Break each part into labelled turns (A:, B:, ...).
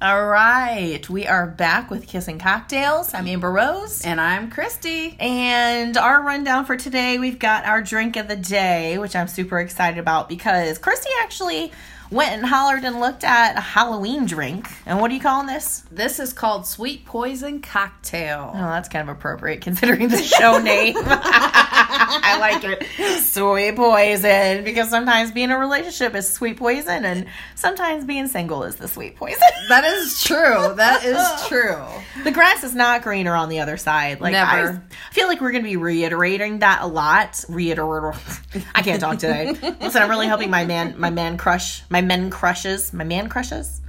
A: All right, we are back with Kissing Cocktails. I'm Amber Rose.
B: And I'm Christy.
A: And our rundown for today, we've got our drink of the day, which I'm super excited about because Christy actually went and hollered and looked at a Halloween drink. And what are you calling this?
B: This is called Sweet Poison Cocktail.
A: Oh, that's kind of appropriate considering the show name. I like it. Sweet poison. Because sometimes being in a relationship is sweet poison, and sometimes being single is the sweet poison.
B: That is true. That is true.
A: the grass is not greener on the other side. Like I,
B: Never.
A: I feel like we're going to be reiterating that a lot. Reiterate. I can't talk today. Listen, I'm really helping my man, my man crush, my men crushes, my man crushes.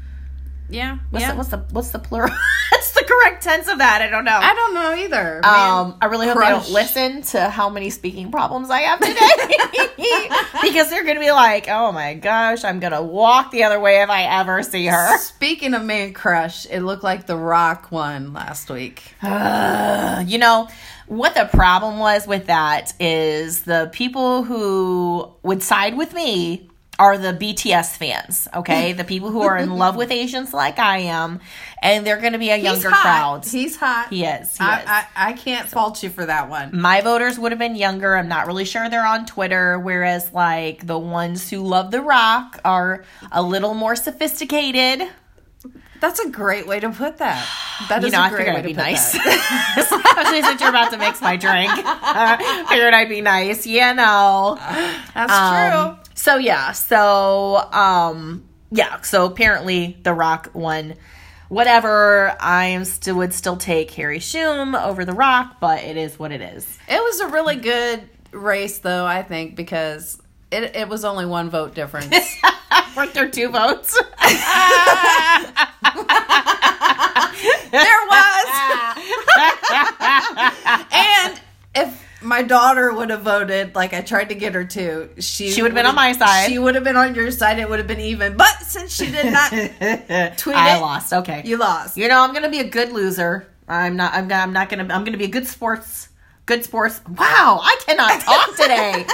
B: Yeah.
A: What's,
B: yeah.
A: the, what's the what's the plural? What's the correct tense of that? I don't know.
B: I don't know either.
A: Um, I really hope they
B: Crush.
A: don't listen to how many speaking problems I have today because they're gonna be like, "Oh my gosh, I'm gonna walk the other way if I ever see her."
B: man. Speaking of man crush, it looked like the Rock one last week.
A: Ugh. you know what the problem was with that is the people who would side with me are the BTS fans, okay? the people who are in love with Asians like I am, and they're gonna be a younger
B: He's hot.
A: crowd.
B: He's hot.
A: He is, he is. Mm.
B: I, I, I can't fault you for that one.
A: my voters would have been younger. I'm not really sure they're on Twitter. Whereas, like, the ones who love The Rock are a little more sophisticated.
B: That's a great way to put that. That is
A: You know,
B: a
A: I
B: great
A: figured
B: way
A: I'd
B: to
A: be
B: put
A: nice.
B: that.
A: Especially since you're about to mix my drink. Uh, figured I'd be nice, you know.
B: That's
A: Um, So, yeah. So, um, yeah. So, apparently, The Rock won. Whatever, I am still would still take Harry Shum over The Rock, but it is what it is.
B: true. It was a really good race, though, I think, because it, it was only one vote difference.
A: Weren't there two votes?
B: there was. and if my daughter would have voted, like I tried to get her to, she
A: She would've been on my side.
B: She would have been on your side. It would have been even. But since she did not tweet
A: I
B: it,
A: lost. Okay.
B: you lost.
A: You know, I'm gonna be a good loser. I'm not. I'm, I'm not gonna. I'm gonna be a good sports. Good sports. Wow, I cannot talk today.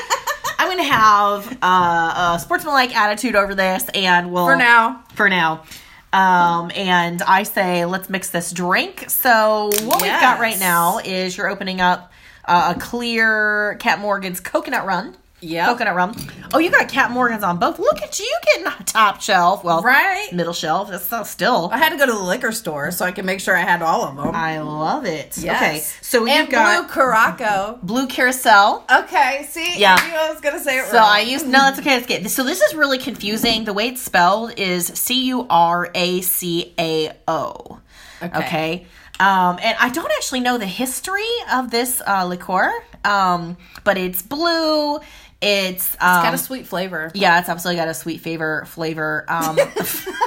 A: I'm gonna have uh, a sportsmanlike attitude over this, and we'll
B: For now.
A: For now. Um, and I say let's mix this drink. So what we've got right
B: Yes.
A: now is you're opening up uh, a clear Cat Morgan's coconut run.
B: Yep.
A: coconut rum. Oh, you got Cat Morgan's on both. Look at you getting top shelf. Well,
B: Right?
A: middle shelf. That's not still.
B: I had to go to the liquor store so I could make sure I had all of them.
A: I love it. Okay,
B: Yes.
A: so you
B: and
A: got
B: blue Caraco.
A: blue, carousel.
B: Okay, see,
A: Yeah.
B: I knew I was gonna say it
A: So
B: wrong.
A: I used no, that's okay. That's good. So this is really confusing. The way it's spelled is C U R A C A O.
B: Okay.
A: Okay. Um, and I don't actually know the history of this uh, liqueur, um, but it's blue. It's, um,
B: got a sweet flavor.
A: yeah, it's absolutely got a sweet favor flavor. Um,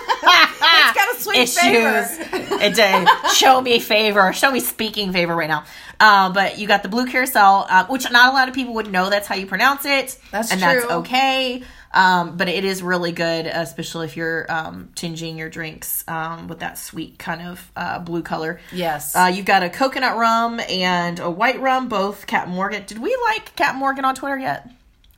B: It's got a sweet flavor.
A: it did. Show me favor. Show me speaking favor right now. Uh, but you got the blue carousel, uh, which not a lot of people would know that's how you pronounce it.
B: That's
A: and that's
B: true.
A: okay. Um, but it is really good, especially if you're um, tinging your drinks um, with that sweet kind of uh, blue color.
B: Yes.
A: Uh, you've got a coconut rum and a white rum, both Cat Morgan. Did we like Cat Morgan on Twitter yet?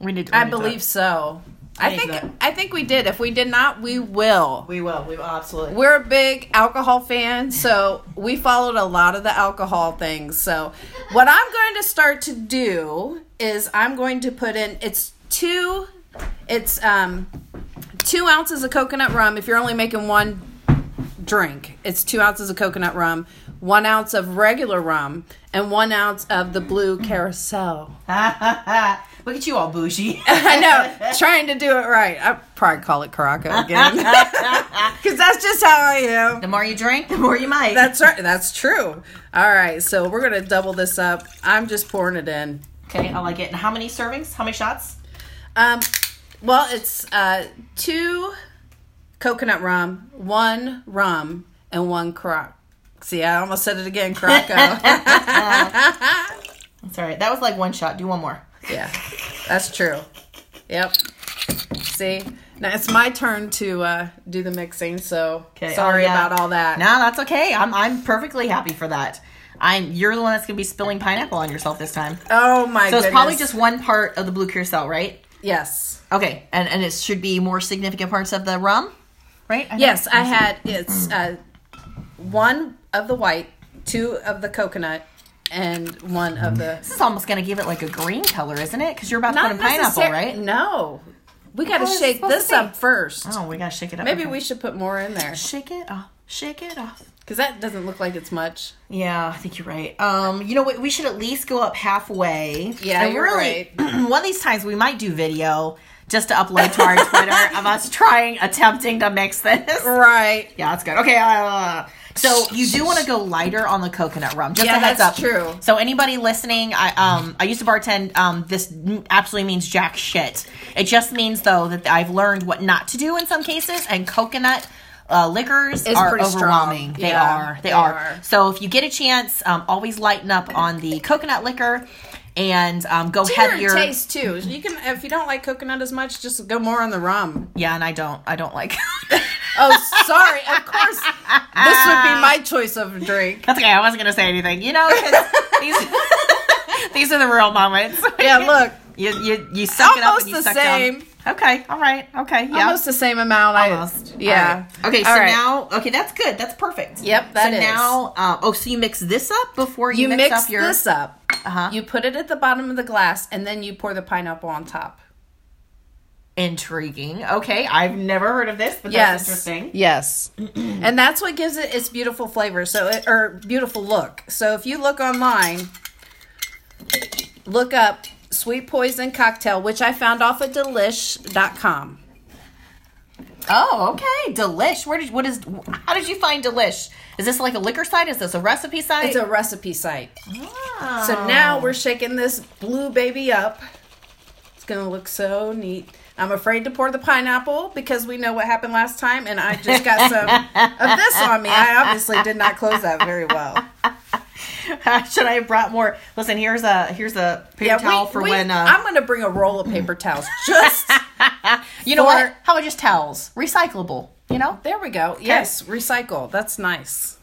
A: We need. To,
B: I believe so. I
A: need
B: think
A: that.
B: I think we did. If we did not, we will.
A: we will. We will absolutely.
B: We're a big alcohol fan, so we followed a lot of the alcohol things. So what I'm going to start to do is I'm going to put in it's two it's um two ounces of coconut rum if you're only making one drink. It's two ounces of coconut rum, one ounce of regular rum, and one ounce of the blue carousel.
A: Look at you all bougie.
B: I know, trying to do it right. I probably call it Caraco again because that's just how I am.
A: the more you drink, the more you might.
B: That's right. That's true. All right, so we're gonna double this up. I'm just pouring it in.
A: okay. I like it. And how many servings? How many shots?
B: Um, well, it's uh, two coconut rum, one rum, and one crock. See, I almost said it again, Caraco.
A: That's all right. That was like one shot. Do one more.
B: yeah, that's true. Yep. See, now it's my turn to uh, do the mixing. So
A: Okay,
B: sorry
A: oh, yeah.
B: about all that.
A: No, that's okay. I'm I'm perfectly happy for that. I'm you're the one that's gonna be spilling pineapple on yourself this time.
B: Oh
A: So
B: my goodness.
A: it's probably just one part of the blue curacao, right?
B: yes.
A: Okay, and and it should be more significant parts of the rum. right? I know.
B: Yes, I had it's uh, one of the white, two of the coconut, and one of the
A: This is almost going to give it like a green color, isn't it? Because you're about to
B: not
A: put in pineapple,
B: necessar-
A: right?
B: No, we got to
A: How is it
B: shake
A: supposed
B: this
A: to be?
B: up first.
A: Oh, we got to shake it up.
B: Maybe
A: Okay.
B: we should put more in there
A: shake it off. Shake it off.
B: because that doesn't look like it's much.
A: Yeah, I think you're right. Um, you know what? We should at least go up halfway.
B: Yeah,
A: and
B: you're
A: really, one of these times we might do video just to upload to our Twitter of us trying, attempting to mix this.
B: Right.
A: Yeah, that's good. Okay. Uh, so you do want to go lighter on the coconut rum. Just
B: Yeah,
A: a heads
B: that's
A: up.
B: true.
A: So anybody listening, I um I used to bartend. Um, this n- absolutely means jack shit. It just means though that I've learned what not to do in some cases, and coconut. Uh, liquors
B: It's
A: are
B: pretty strong.
A: overwhelming. They
B: Yeah,
A: are. They,
B: they
A: are.
B: are.
A: So if you get a chance, um, always lighten up on the coconut liquor, and um, go
B: Different
A: heavier.
B: taste too. You can if you don't like coconut as much, just go more on the rum.
A: Yeah, and I don't. I don't like.
B: Oh, sorry. Of course, this would be my choice of a drink.
A: That's okay. I wasn't gonna say anything. You know, 'cause these these are the real moments.
B: Yeah, look,
A: You you you suck it up
B: Almost
A: and you
B: the
A: suck down.
B: same.
A: Okay. All right. Okay. Yeah.
B: almost the same amount. I-
A: Almost. All
B: Yeah.
A: right. Okay. So
B: All right.
A: now, okay, that's good. That's perfect.
B: Yep, that
A: so
B: is.
A: now, um, oh, so you mix this up before you,
B: you
A: mix,
B: mix,
A: up your.
B: this up.
A: Uh-huh.
B: You put it at the bottom of the glass, and then you pour the pineapple on top.
A: Intriguing. Okay, I've never heard of this, but
B: yes.
A: that's interesting.
B: Yes. and that's what gives it its beautiful flavor. So it or beautiful look. So if you look online, look up sweet poison cocktail, which I found off of delish.com.
A: Oh, okay. Delish. Where did what is? How did you find Delish? Is this like a liquor site? Is this a recipe site?
B: It's a recipe site.
A: Ah.
B: So now we're shaking this blue baby up. It's gonna look so neat. I'm afraid to pour the pineapple because we know what happened last time, and I just got some of this on me. I obviously did not close that very well.
A: Should I have brought more? Listen, here's a here's a paper
B: Yeah,
A: towel
B: we-
A: for
B: we-
A: when uh,
B: I'm gonna bring a roll of paper towels. Just
A: you know
B: for-
A: what? How about just towels, recyclable? You know.
B: there we go. Yes, recycle. That's nice.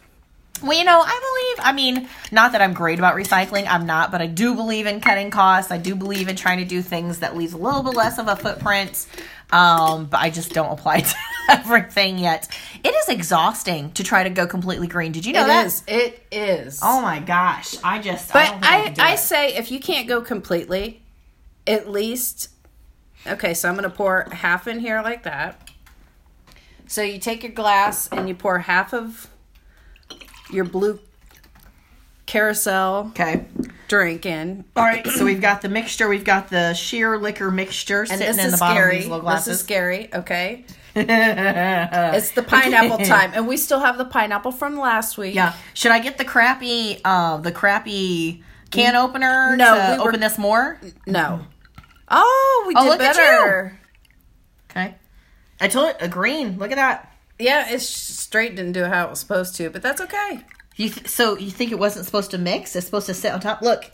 A: Well, you know, I believe. I mean, not that I'm great about recycling. I'm not, but I do believe in cutting costs. I do believe in trying to do things that leaves a little bit less of a footprint. Um, but I just don't apply it to everything yet. It is exhausting to try to go completely green. Did you know
B: It
A: that?
B: is. It is.
A: Oh my gosh! I just.
B: But
A: don't think
B: I,
A: can do
B: I,
A: it.
B: say if you can't go completely, at least okay, so I'm gonna pour half in here like that. So you take your glass and you pour half of your blue carousel
A: okay.
B: drink in.
A: All right, so we've got the mixture. We've got the sheer liquor mixture
B: And
A: sitting
B: this
A: in
B: is
A: the bottom
B: scary.
A: of these little
B: This is
A: glasses.
B: scary, okay? it's the pineapple time. And we still have the pineapple from last week.
A: yeah. Should I get the crappy, uh, the crappy can opener
B: No,
A: to
B: we were-
A: open this more?
B: No. Oh, we did
A: Oh, look at you.
B: better.
A: Okay. I told
B: uh,
A: it a green. Look at that.
B: Yeah, it's straight didn't do how it was supposed to, but that's okay.
A: You th- so you think it wasn't supposed to mix? It's supposed to sit on top. Look,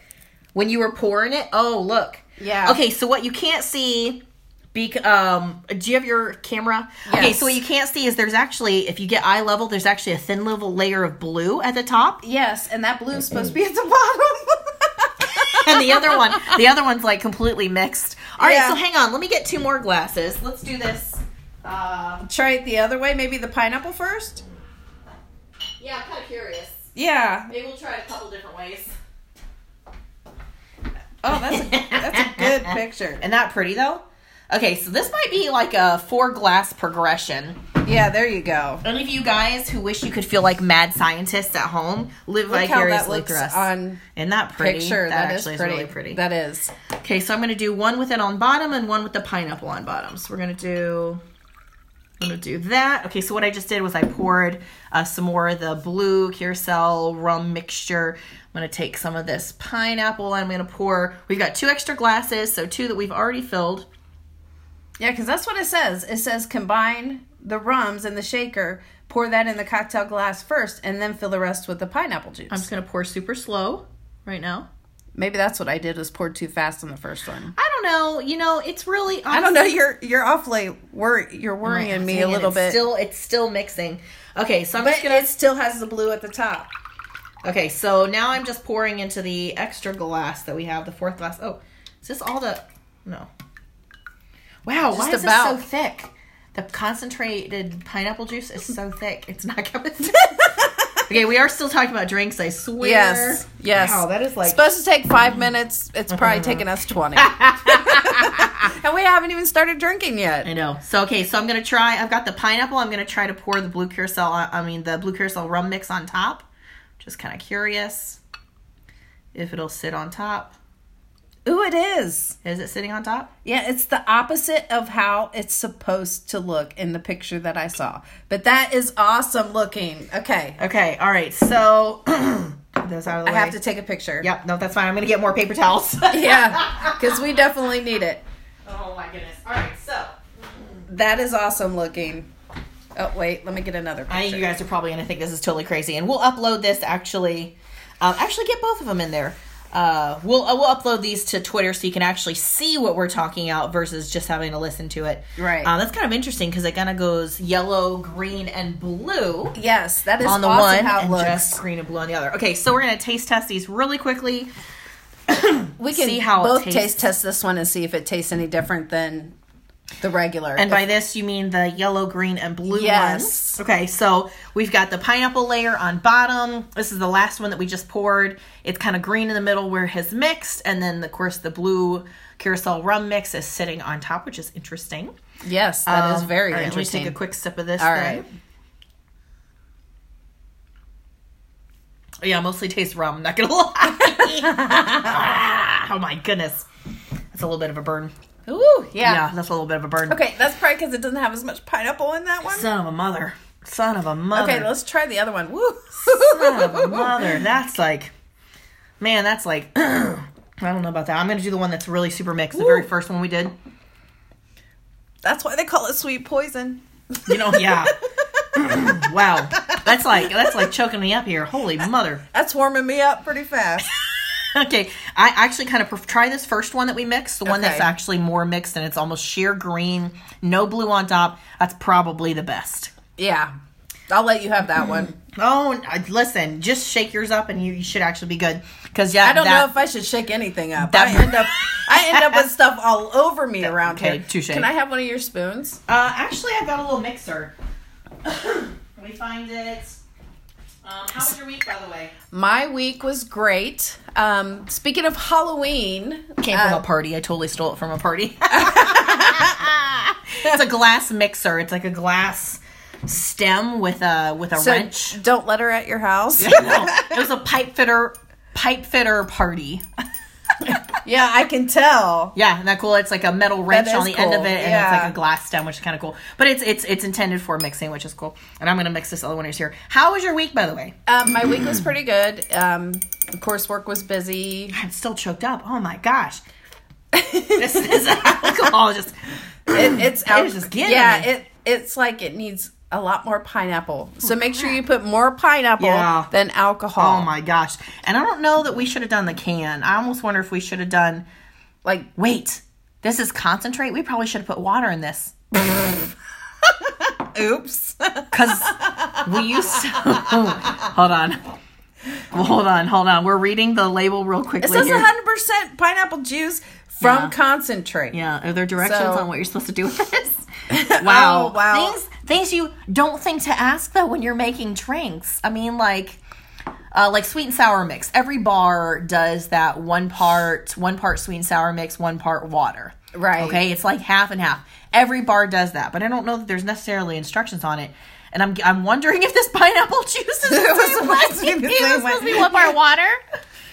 A: when you were pouring it. Oh, look.
B: Yeah.
A: Okay, so what you can't see. Bec- um, do you have your camera? Okay,
B: Yes.
A: so what you can't see is there's actually, if you get eye level, there's actually a thin level layer of blue at the top.
B: Yes, and that blue is supposed to be at the bottom.
A: and the other one, the other one's like completely mixed. All right,
B: Yeah.
A: so hang on. Let me get two more glasses. Let's do this. Uh,
B: Try it the other way, maybe the pineapple first.
A: yeah, I'm kind of curious.
B: Yeah.
A: Maybe we'll try it a couple different ways.
B: Oh, that's a, that's a good picture.
A: And that pretty though. Okay, so this might be like a four glass progression.
B: Yeah, there you go.
A: Any of you guys who wish you could feel like mad scientists at home, live
B: Look how that
A: vicariously
B: looks
A: through us.
B: on
A: Isn't that pretty?
B: picture.
A: that,
B: That is
A: actually
B: pretty.
A: is really pretty.
B: That is.
A: okay, so I'm gonna do one with it on bottom and one with the pineapple on bottom. So we're gonna do. I'm gonna do that. Okay, so what I just did was I poured uh, some more of the blue curacao rum mixture. I'm gonna take some of this pineapple and I'm gonna pour. We've got two extra glasses, so two that we've already filled.
B: Yeah, because that's what it says. It says combine the rums and the shaker, pour that in the cocktail glass first, and then fill the rest with the pineapple juice.
A: I'm just gonna pour super slow right now.
B: Maybe that's what I did was poured too fast on the first one.
A: I don't know. You know, it's really.
B: I don't know. You're you're awfully worry. You're worrying
A: honestly,
B: me a
A: and
B: little
A: it's
B: bit.
A: Still, it's still mixing. Okay, so I'm
B: but
A: just gonna.
B: it still has the blue at the top.
A: Okay, so now I'm just pouring into the extra glass that we have, the fourth glass. Oh, is this all the? No. Wow, why
B: Just
A: is
B: about.
A: this so thick? The concentrated pineapple juice is so thick, it's not coming through. okay, we are still talking about drinks, I swear.
B: Yes. Yes.
A: Wow, that is like. Mm-hmm.
B: supposed to take five minutes. It's probably taken us twenty, and we haven't even started drinking
A: I
B: yet.
A: know. So okay, so I'm gonna try. I've got the pineapple. I'm gonna try to pour the blue curacao. on- I mean the blue curacao rum mix on top. Just kind of curious if it'll sit on top.
B: Ooh, it is.
A: Is it sitting on top?
B: Yeah, it's the opposite of how it's supposed to look in the picture that I saw. But that is awesome looking. Okay,
A: Okay. All right. So those out of the
B: I
A: way.
B: have to take a picture.
A: Yep. No, that's fine. I'm gonna get more paper towels.
B: Yeah, because we definitely need it.
A: oh my goodness. All right. So
B: That is awesome looking. Oh wait, let me get another picture.
A: I think you guys are probably gonna think this is totally crazy, and we'll upload this actually. Um, actually, get both of them in there. Uh, we'll uh, we'll upload these to Twitter so you can actually see what we're talking about versus just having to listen to it.
B: Right.
A: Uh, that's kind of interesting because it kind of goes yellow, green, and blue
B: yes, that is
A: on the
B: awesome
A: one,
B: how it
A: and
B: looks.
A: just green and blue on the other. Okay, so we're gonna taste test these really quickly.
B: we can
A: see how it
B: both
A: tastes.
B: taste test this one and see if it tastes any different than the regular.
A: And by this, you mean the yellow, green, and blue
B: Yes.
A: ones. Okay, so we've got the pineapple layer on bottom. This is the last one that we just poured. It's kind of green in the middle where it has mixed. And then, of course, the blue curacao rum mix is sitting on top, which is interesting.
B: yes, that is
A: Um,
B: very
A: all right,
B: interesting.
A: Let me take a quick sip of this.
B: All
A: then.
B: right.
A: Yeah, mostly tastes rum. I'm not gonna lie. oh my goodness, that's a little bit of a burn.
B: Ooh,
A: Yeah,
B: yeah.
A: that's a little bit of a burn.
B: Okay, that's probably because it doesn't have as much pineapple in that one.
A: Son of a mother. Son of a mother.
B: Okay, let's try the other one. Woo!
A: Son of a mother. That's like, man, that's like, I don't know about that. I'm going to do the one that's really super mixed, the very
B: Woo.
A: first one we did.
B: That's why they call it sweet poison.
A: You know, yeah. wow. That's like, that's like choking me up here. Holy mother.
B: That's warming me up pretty fast.
A: Okay. I actually kind of pref- try this first one that we mixed, the one that's
B: Okay.
A: actually more mixed and it's almost sheer green, no blue on top. That's probably the best.
B: yeah, I'll let you have that one.
A: Oh, n- I- listen, just shake yours up and you, you should actually be good. Because, yeah,
B: I don't
A: that-
B: know if I should shake anything up.
A: that-
B: I end up, I end up with stuff all over me around
A: Okay,
B: here.
A: touche.
B: Can I have one of your spoons?
A: Uh, actually, I've got a little mixer. Let me find it. Um, how was your week, by the way?
B: My week was great. Um, speaking of Halloween,
A: Came
B: uh,
A: from a party. I totally stole it from a party. it's a glass mixer. It's like a glass stem with a with a
B: so
A: wrench.
B: Don't let her at your house.
A: No, it was a pipe fitter pipe fitter party.
B: yeah, I can tell.
A: Yeah, isn't that cool? It's like a metal wrench
B: is
A: on the end of
B: cool.
A: it, and it's
B: Yeah.
A: like a glass stem, which is kind of cool. But it's it's it's intended for mixing, which is cool. And I'm gonna mix this other one who's here. How was your week, by the way?
B: Uh, my week was pretty good. Um, of course, work was busy.
A: I'm still choked up. Oh my gosh. this is alcohol. Just
B: It, it's out.
A: just getting
B: yeah,
A: me.
B: it it's like it needs a lot more pineapple. So make sure you put more pineapple
A: Oh, Yeah.
B: than alcohol.
A: oh my gosh. And I don't know that we should have done the can. I almost wonder if we should have done
B: Like
A: wait, this is concentrate. We probably should have put water in this.
B: oops.
A: Cause we used to hold on. Hold on, hold on. We're reading the label real quickly.
B: It says
A: here.
B: 100% pineapple juice from
A: Yeah.
B: concentrate.
A: Yeah, are there directions
B: So-
A: on what you're supposed to do with this? wow.
B: Oh, wow.
A: Things things you don't think to ask though when you're making drinks. I mean like uh, like sweet and sour mix. Every bar does that one part one part sweet and sour mix, one part water.
B: Right.
A: Okay, it's like half and half. Every bar does that, but I don't know that there's necessarily instructions on it. And I'm I'm wondering if this pineapple juice is
B: It was
A: the same way.
B: supposed to be the
A: It was
B: same way.
A: supposed to be one part water.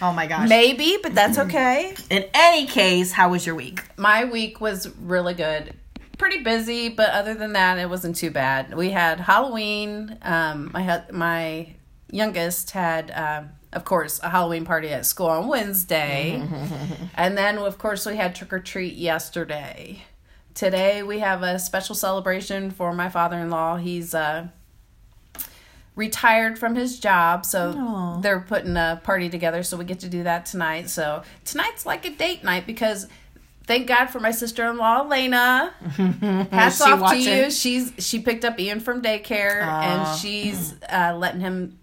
A: Oh my gosh.
B: Maybe, but that's okay.
A: In any case, how was your week?
B: My week was really good. Pretty busy, but other than that, it wasn't too bad. We had Halloween. Um, my hu- my youngest had, um, of course, a Halloween party at school on Wednesday, and then of course we had trick or treat yesterday. Today we have a special celebration for my father in law. He's uh, retired from his job, so they're putting a party together. So we get to do that tonight. So tonight's like a date night because thank God for my sister in law Elena. Hats
A: she
B: off to
A: watching?
B: you. She's she picked up Ian from daycare and she's uh, letting him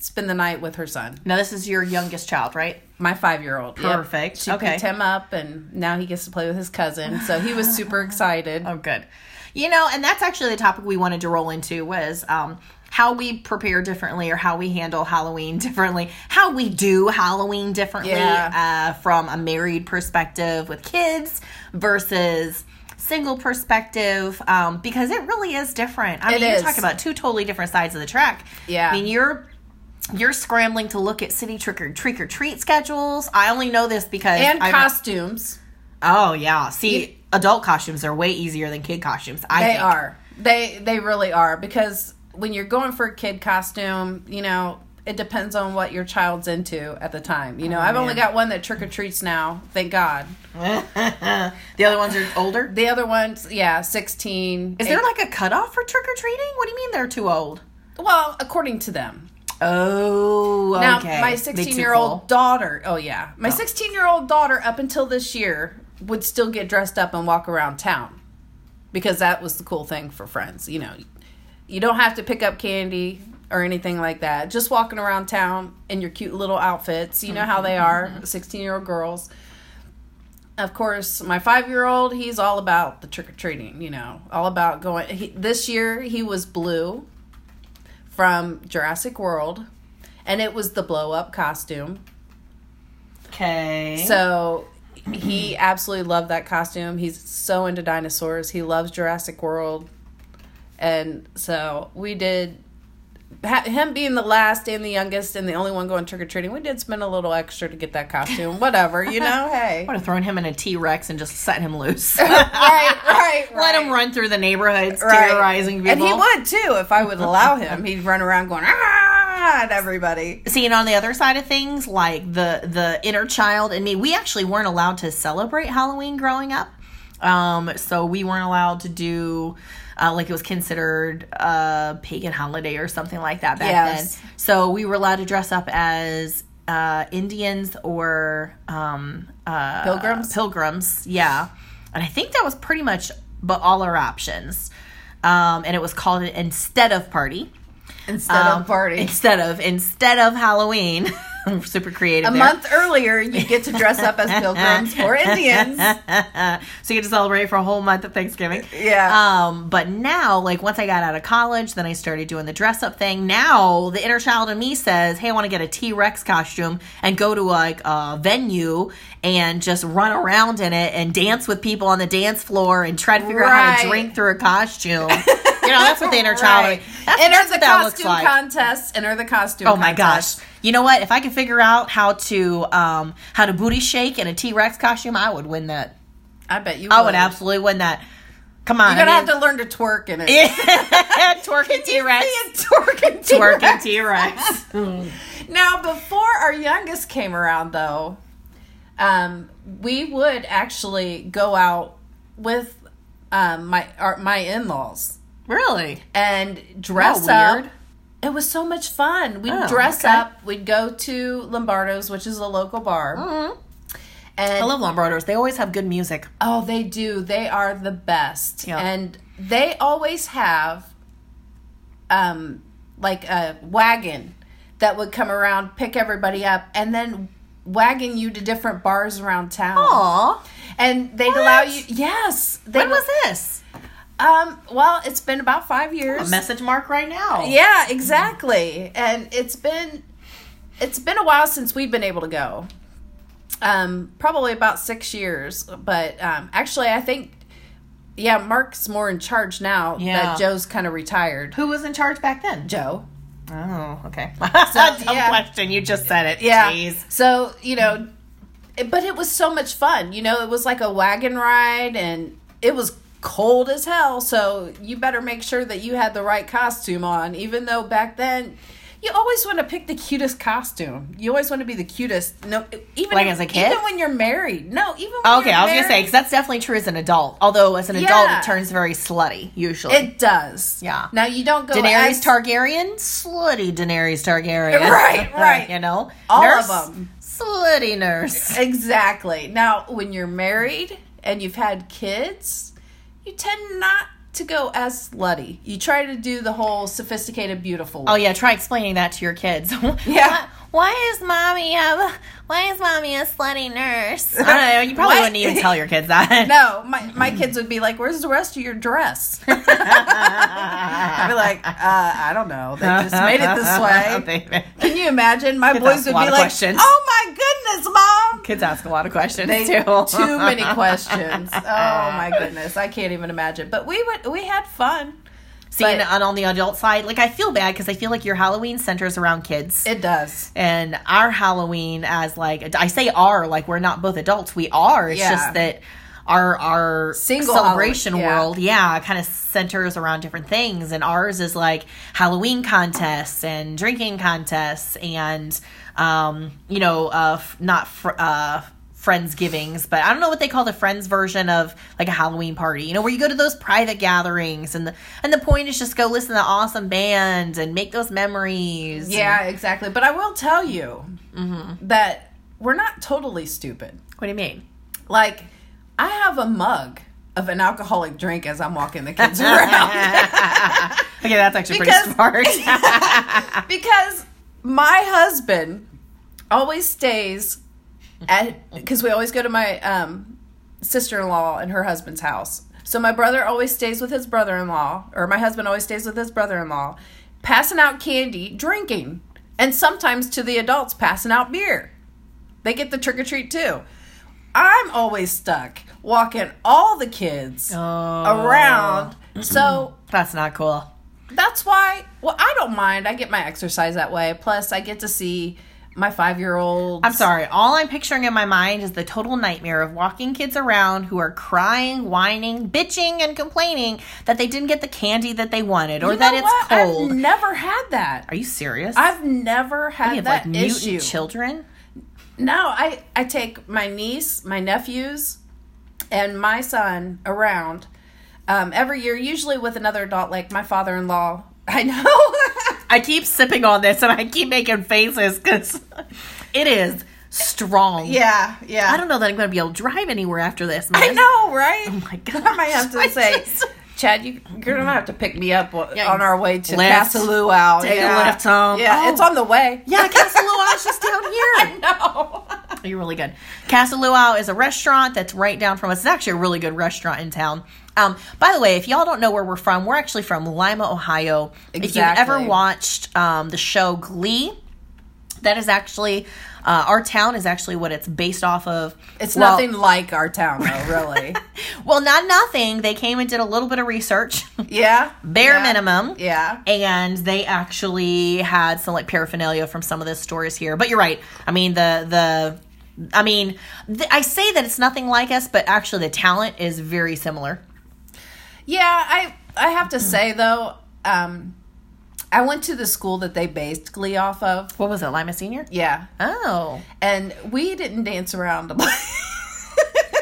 B: spend the night with her son,
A: Now this is your youngest child, right?
B: my five year old.
A: Perfect.
B: She
A: Okay.
B: picked him up and now he gets to play with his cousin. So he was super excited.
A: Oh, good. You know, and that's actually the topic we wanted to roll into was um, how we prepare differently or how we handle Halloween differently, how we do Halloween differently
B: Yeah.
A: uh, from a married perspective with kids versus single perspective um, because it really is different. I
B: It
A: mean,
B: is.
A: you're talking about two totally different sides of the track.
B: Yeah.
A: I mean, you're you're scrambling to look at city trick or trick or treat schedules. I only know this because
B: and
A: I've-
B: costumes.
A: Oh yeah, see, adult costumes are way easier than kid costumes. I
B: They
A: think.
B: are. They they really are because when you're going for a kid costume, you know, it depends on what your child's into at the time. You know,
A: Oh,
B: I've only got one that trick or treats now, thank God.
A: The other ones are older.
B: The other ones, yeah, sixteen.
A: Is there like a cutoff for trick or treating? What do you mean they're too old?
B: well, according to them.
A: Oh,
B: Now
A: okay.
B: my
A: They too
B: sixteen year old
A: cool.
B: daughter oh yeah. My sixteen year old daughter up until this year would still get dressed up and walk around town. Because that was the cool thing for friends, you know. You don't have to pick up candy or anything like that. Just walking around town in your cute little outfits. You know how
A: Mm-hmm,
B: they are, 16 year old girls. Of course, my five year old, he's all about the trick or treating, you know, all about going. He, this year, he was blue from Jurassic World, and it was the blow up costume.
A: Okay.
B: So he absolutely loved that costume. He's so into dinosaurs. He loves Jurassic World. And so we did ha- him being the last and the youngest and the only one going trick or treating. We did spend a little extra to get that costume. Whatever, you know, hey.
A: I would have thrown him in a T Rex and just set him loose.
B: right, right, right.
A: Let him run through the neighborhoods,
B: Right.
A: terrorizing people.
B: And he would too if I would allow him. He'd run around going ah at everybody.
A: See, and on the other side of things, like the the inner child in me, we actually weren't allowed to celebrate Halloween growing up. Um, so we weren't allowed to do uh, like it was considered a pagan holiday or something like that back
B: Yes.
A: then. So we were allowed to dress up as uh, Indians or um, uh,
B: Pilgrims?
A: Pilgrims, yeah. And I think that was pretty much but all our options. Um, and it was called an instead of party.
B: Instead
A: Um,
B: of party.
A: Instead of instead of Halloween, We're super creative.
B: A
A: there.
B: month earlier you get to dress up as pilgrims or Indians.
A: Uh, so you get to celebrate for a whole month of Thanksgiving.
B: Yeah.
A: Um, but now, like once I got out of college, then I started doing the dress up thing. Now the inner child in me says, "Hey, I want to get a T Rex costume and go to like a venue and just run around in it and dance with people on the dance floor and try to figure out how to
B: Right.
A: drink through a costume." you know, that's what the inner child.
B: Right.
A: That's,
B: enter
A: that's
B: the
A: what that looks
B: costume
A: like.
B: contest. Enter the costume.
A: Oh my gosh.
B: contest.
A: You know what? If I could figure out how to um how to booty shake in a T Rex costume, I would win that.
B: I bet you.
A: I would absolutely win that. Come on.
B: You're gonna
A: I
B: have to learn to twerk in it.
A: have to twerking T Rex.
B: twerking,
A: Twerking T Rex.
B: Now, before our youngest came around, though, um, we would actually go out with um, my our, my in laws
A: Really?
B: and dress
A: Not
B: up.
A: weird.
B: It was so much fun. We'd
A: Oh,
B: dress
A: okay.
B: up. We'd go to Lombardo's, which is a local bar.
A: Mm-hmm.
B: And
A: I love Lombardos. They always have good music.
B: Oh, they do. They are the best.
A: Yeah.
B: And they always have um like a wagon that would come around, pick everybody up, and then wagon you to different bars around town.
A: Aw.
B: And they'd allow you Yes. They
A: When
B: would-
A: was this?
B: um well, it's been about five years.
A: Message mark right now.
B: Yeah, exactly. And it's been it's been a while since we've been able to go. Um, probably about six years. But um, actually, I think yeah, Mark's more in charge now
A: Yeah.
B: that Joe's kind of retired.
A: Who was in charge back then?
B: Joe.
A: Oh, okay. Dumb
B: yeah.
A: question. You just said it.
B: Yeah.
A: Jeez.
B: So you know, it- but it was so much fun. You know, it was like a wagon ride, and it was cold as hell. So you better make sure that you had the right costume on, even though back then. You always want to pick the cutest costume. You always want to be the cutest. No, even
A: Like as a kid? Oh,
B: even when you're married. No, even when
A: Okay,
B: you're
A: I was gonna say
B: married,
A: because that's definitely true as an adult. Although as an adult,
B: Yeah.
A: it turns very slutty usually.
B: it does.
A: Yeah.
B: Now you don't go
A: Daenerys
B: as-
A: Targaryen, slutty Daenerys Targaryen.
B: Right, right.
A: you know,
B: All
A: nurse,
B: of 'em.
A: Slutty nurse.
B: Exactly. Now, when you're married and you've had kids, you tend not to go as slutty. You try to do the whole sophisticated, beautiful.
A: Oh
B: look.
A: yeah, try explaining that to your kids.
B: Yeah.
A: Why, why is mommy a Why is mommy a slutty nurse? I don't know. You probably
B: What?
A: wouldn't even tell your kids that.
B: No, my, my kids would be like, "Where's the rest of your dress?" I'd be like, uh, "I don't know. They just made it this
A: Oh,
B: way."
A: They-
B: Can you imagine? My
A: Kids ask
B: boys
A: a
B: would
A: lot
B: be
A: of
B: like,
A: questions.
B: "Oh my goodness, mom!"
A: kids ask a lot of questions
B: They-
A: too.
B: too many questions. Oh my goodness, I can't even imagine. But we would we had fun.
A: See, and
B: but-
A: on, on the adult side, like I feel bad because I feel like your Halloween centers around kids.
B: It does.
A: and our Halloween as like I say are like we're not both adults we are it's
B: Yeah.
A: just that our our
B: Single
A: celebration
B: Halloween, yeah.
A: world yeah kind of centers around different things and ours is like Halloween contests and drinking contests and um you know uh f- not fr- uh Friendsgivings, but I don't know what they call the friends version of like a Halloween party. You know, where you go to those private gatherings, and the and the point is just go listen to awesome bands and make those memories. and-
B: Yeah, exactly. But I will tell you that we're not totally stupid.
A: what do you mean?
B: Like, I have a mug of an alcoholic drink as I'm walking the kids around
A: Okay, that's actually pretty
B: Because-
A: smart.
B: because my husband always stays at because we always go to my um, sister-in-law and her husband's house. So my brother always stays with his brother-in-law, or my husband always stays with his brother-in-law, passing out candy, drinking, and sometimes to the adults passing out beer. They get the trick or treat too. I'm always stuck walking all the kids
A: Oh.
B: around. So
A: That's not cool.
B: that's why. Well, I don't mind. I get my exercise that way. Plus, I get to see my five year old.
A: I'm sorry. All I'm picturing in my mind is the total nightmare of walking kids around who are crying, whining, bitching, and complaining that they didn't get the candy that they wanted or that it's cold.
B: I've never had that.
A: are you serious?
B: I've never had
A: you have like
B: that
A: mutant
B: issue.
A: children.
B: No, I I take my niece, my nephews, and my son around um, every year, usually with another adult, like my father in law. I know.
A: I keep sipping on this and I keep making faces because it is strong.
B: yeah, yeah.
A: I don't know that I'm going to be able to drive anywhere after this. Man.
B: I know, right? Oh
A: my
B: I might have
A: gosh, I
B: to say,
A: just-
B: Chad, you, you're gonna have to pick me up on
A: Yeah,
B: our way to
A: left.
B: Casaloo.
A: Take a left, um,
B: Yeah,
A: oh.
B: it's on the way.
A: Yeah, Casa Luau's just down here.
B: no.
A: You're really good. Casa Luau is a restaurant that's right down from us. It's actually a really good restaurant in town. Um, by the way, if y'all don't know where we're from, we're actually from Lima, Ohio. If you've
B: Exactly.
A: ever watched um, the show Glee, that is actually uh, our town is actually what it's based off of.
B: It's
A: Well-
B: nothing like our town, though. Really.
A: Well, not nothing. They came and did a little bit of research,
B: yeah.
A: bare
B: Yeah.
A: minimum.
B: Yeah.
A: and they actually had some like paraphernalia from some of the stores here but you're right i mean the the i mean th- i say that it's nothing like us but actually the talent is very similar
B: Yeah. I I have to say though, um, I went to the school that they based Glee off of.
A: what was it lima senior
B: Yeah,
A: oh
B: and we didn't dance around. the block.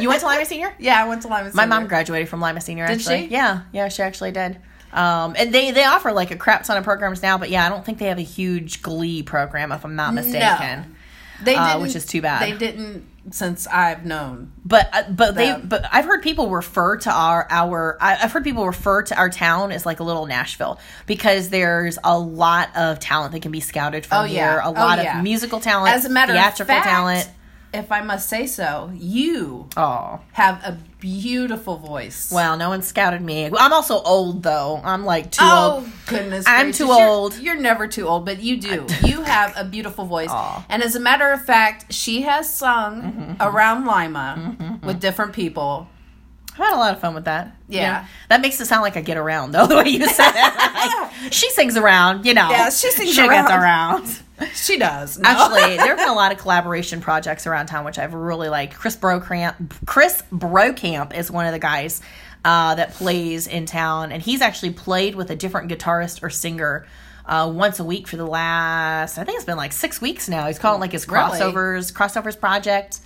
A: you went to lima senior
B: yeah, I went to Lima.
A: my mom graduated from lima senior
B: Did
A: actually
B: she?
A: yeah yeah she actually did um, and they they offer like a crap ton of programs now but yeah i don't think they have a huge glee program if i'm not mistaken
B: They
A: uh,
B: didn't-
A: which is too bad.
B: They didn't since I've known.
A: But uh, but they
B: Them.
A: but I've heard people refer to our our I, I've heard people refer to our town as like a little Nashville because there's a lot of talent that can be scouted from
B: Oh, yeah.
A: here. A
B: Oh,
A: lot
B: yeah.
A: of musical talent,
B: As a matter
A: theatrical
B: of fact,
A: talent.
B: if I must say so, you
A: Oh
B: have a beautiful voice.
A: well, no one scouted me. Well, I'm also old though. I'm like too old.
B: Oh goodness!
A: I'm
B: gracious.
A: too
B: You're-
A: old.
B: You're, never too old, but you do. You have a beautiful voice,
A: Aw. Mm-hmm,
B: and as a matter of fact, she has sung around Lima with different people.
A: I've had a lot of fun with that.
B: Yeah.
A: that makes it sound like I get around though. The way you said it, Like, she sings around. You know,
B: Yeah, she sings
A: gets
B: around.
A: around.
B: She does no?
A: Actually, there have been a lot of collaboration projects around town, which I've really liked. Chris Brocamp, Chris Brocamp is one of the guys uh, that plays in town, and he's actually played with a different guitarist or singer uh, once a week for the last, I think it's been like six weeks now. He's calling it like his
B: Really?
A: crossovers crossovers project,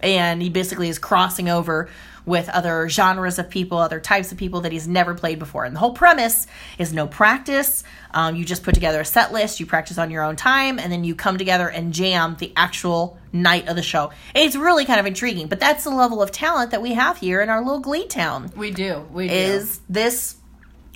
A: and he basically is crossing over with other genres of people, other types of people that he's never played before. And the whole premise is no practice. Um, you just put together a set list, you practice on your own time, and then you come together and jam the actual night of the show. It's really kind of intriguing, but that's the level of talent that we have here in our little glee town.
B: we do. We do.
A: Is this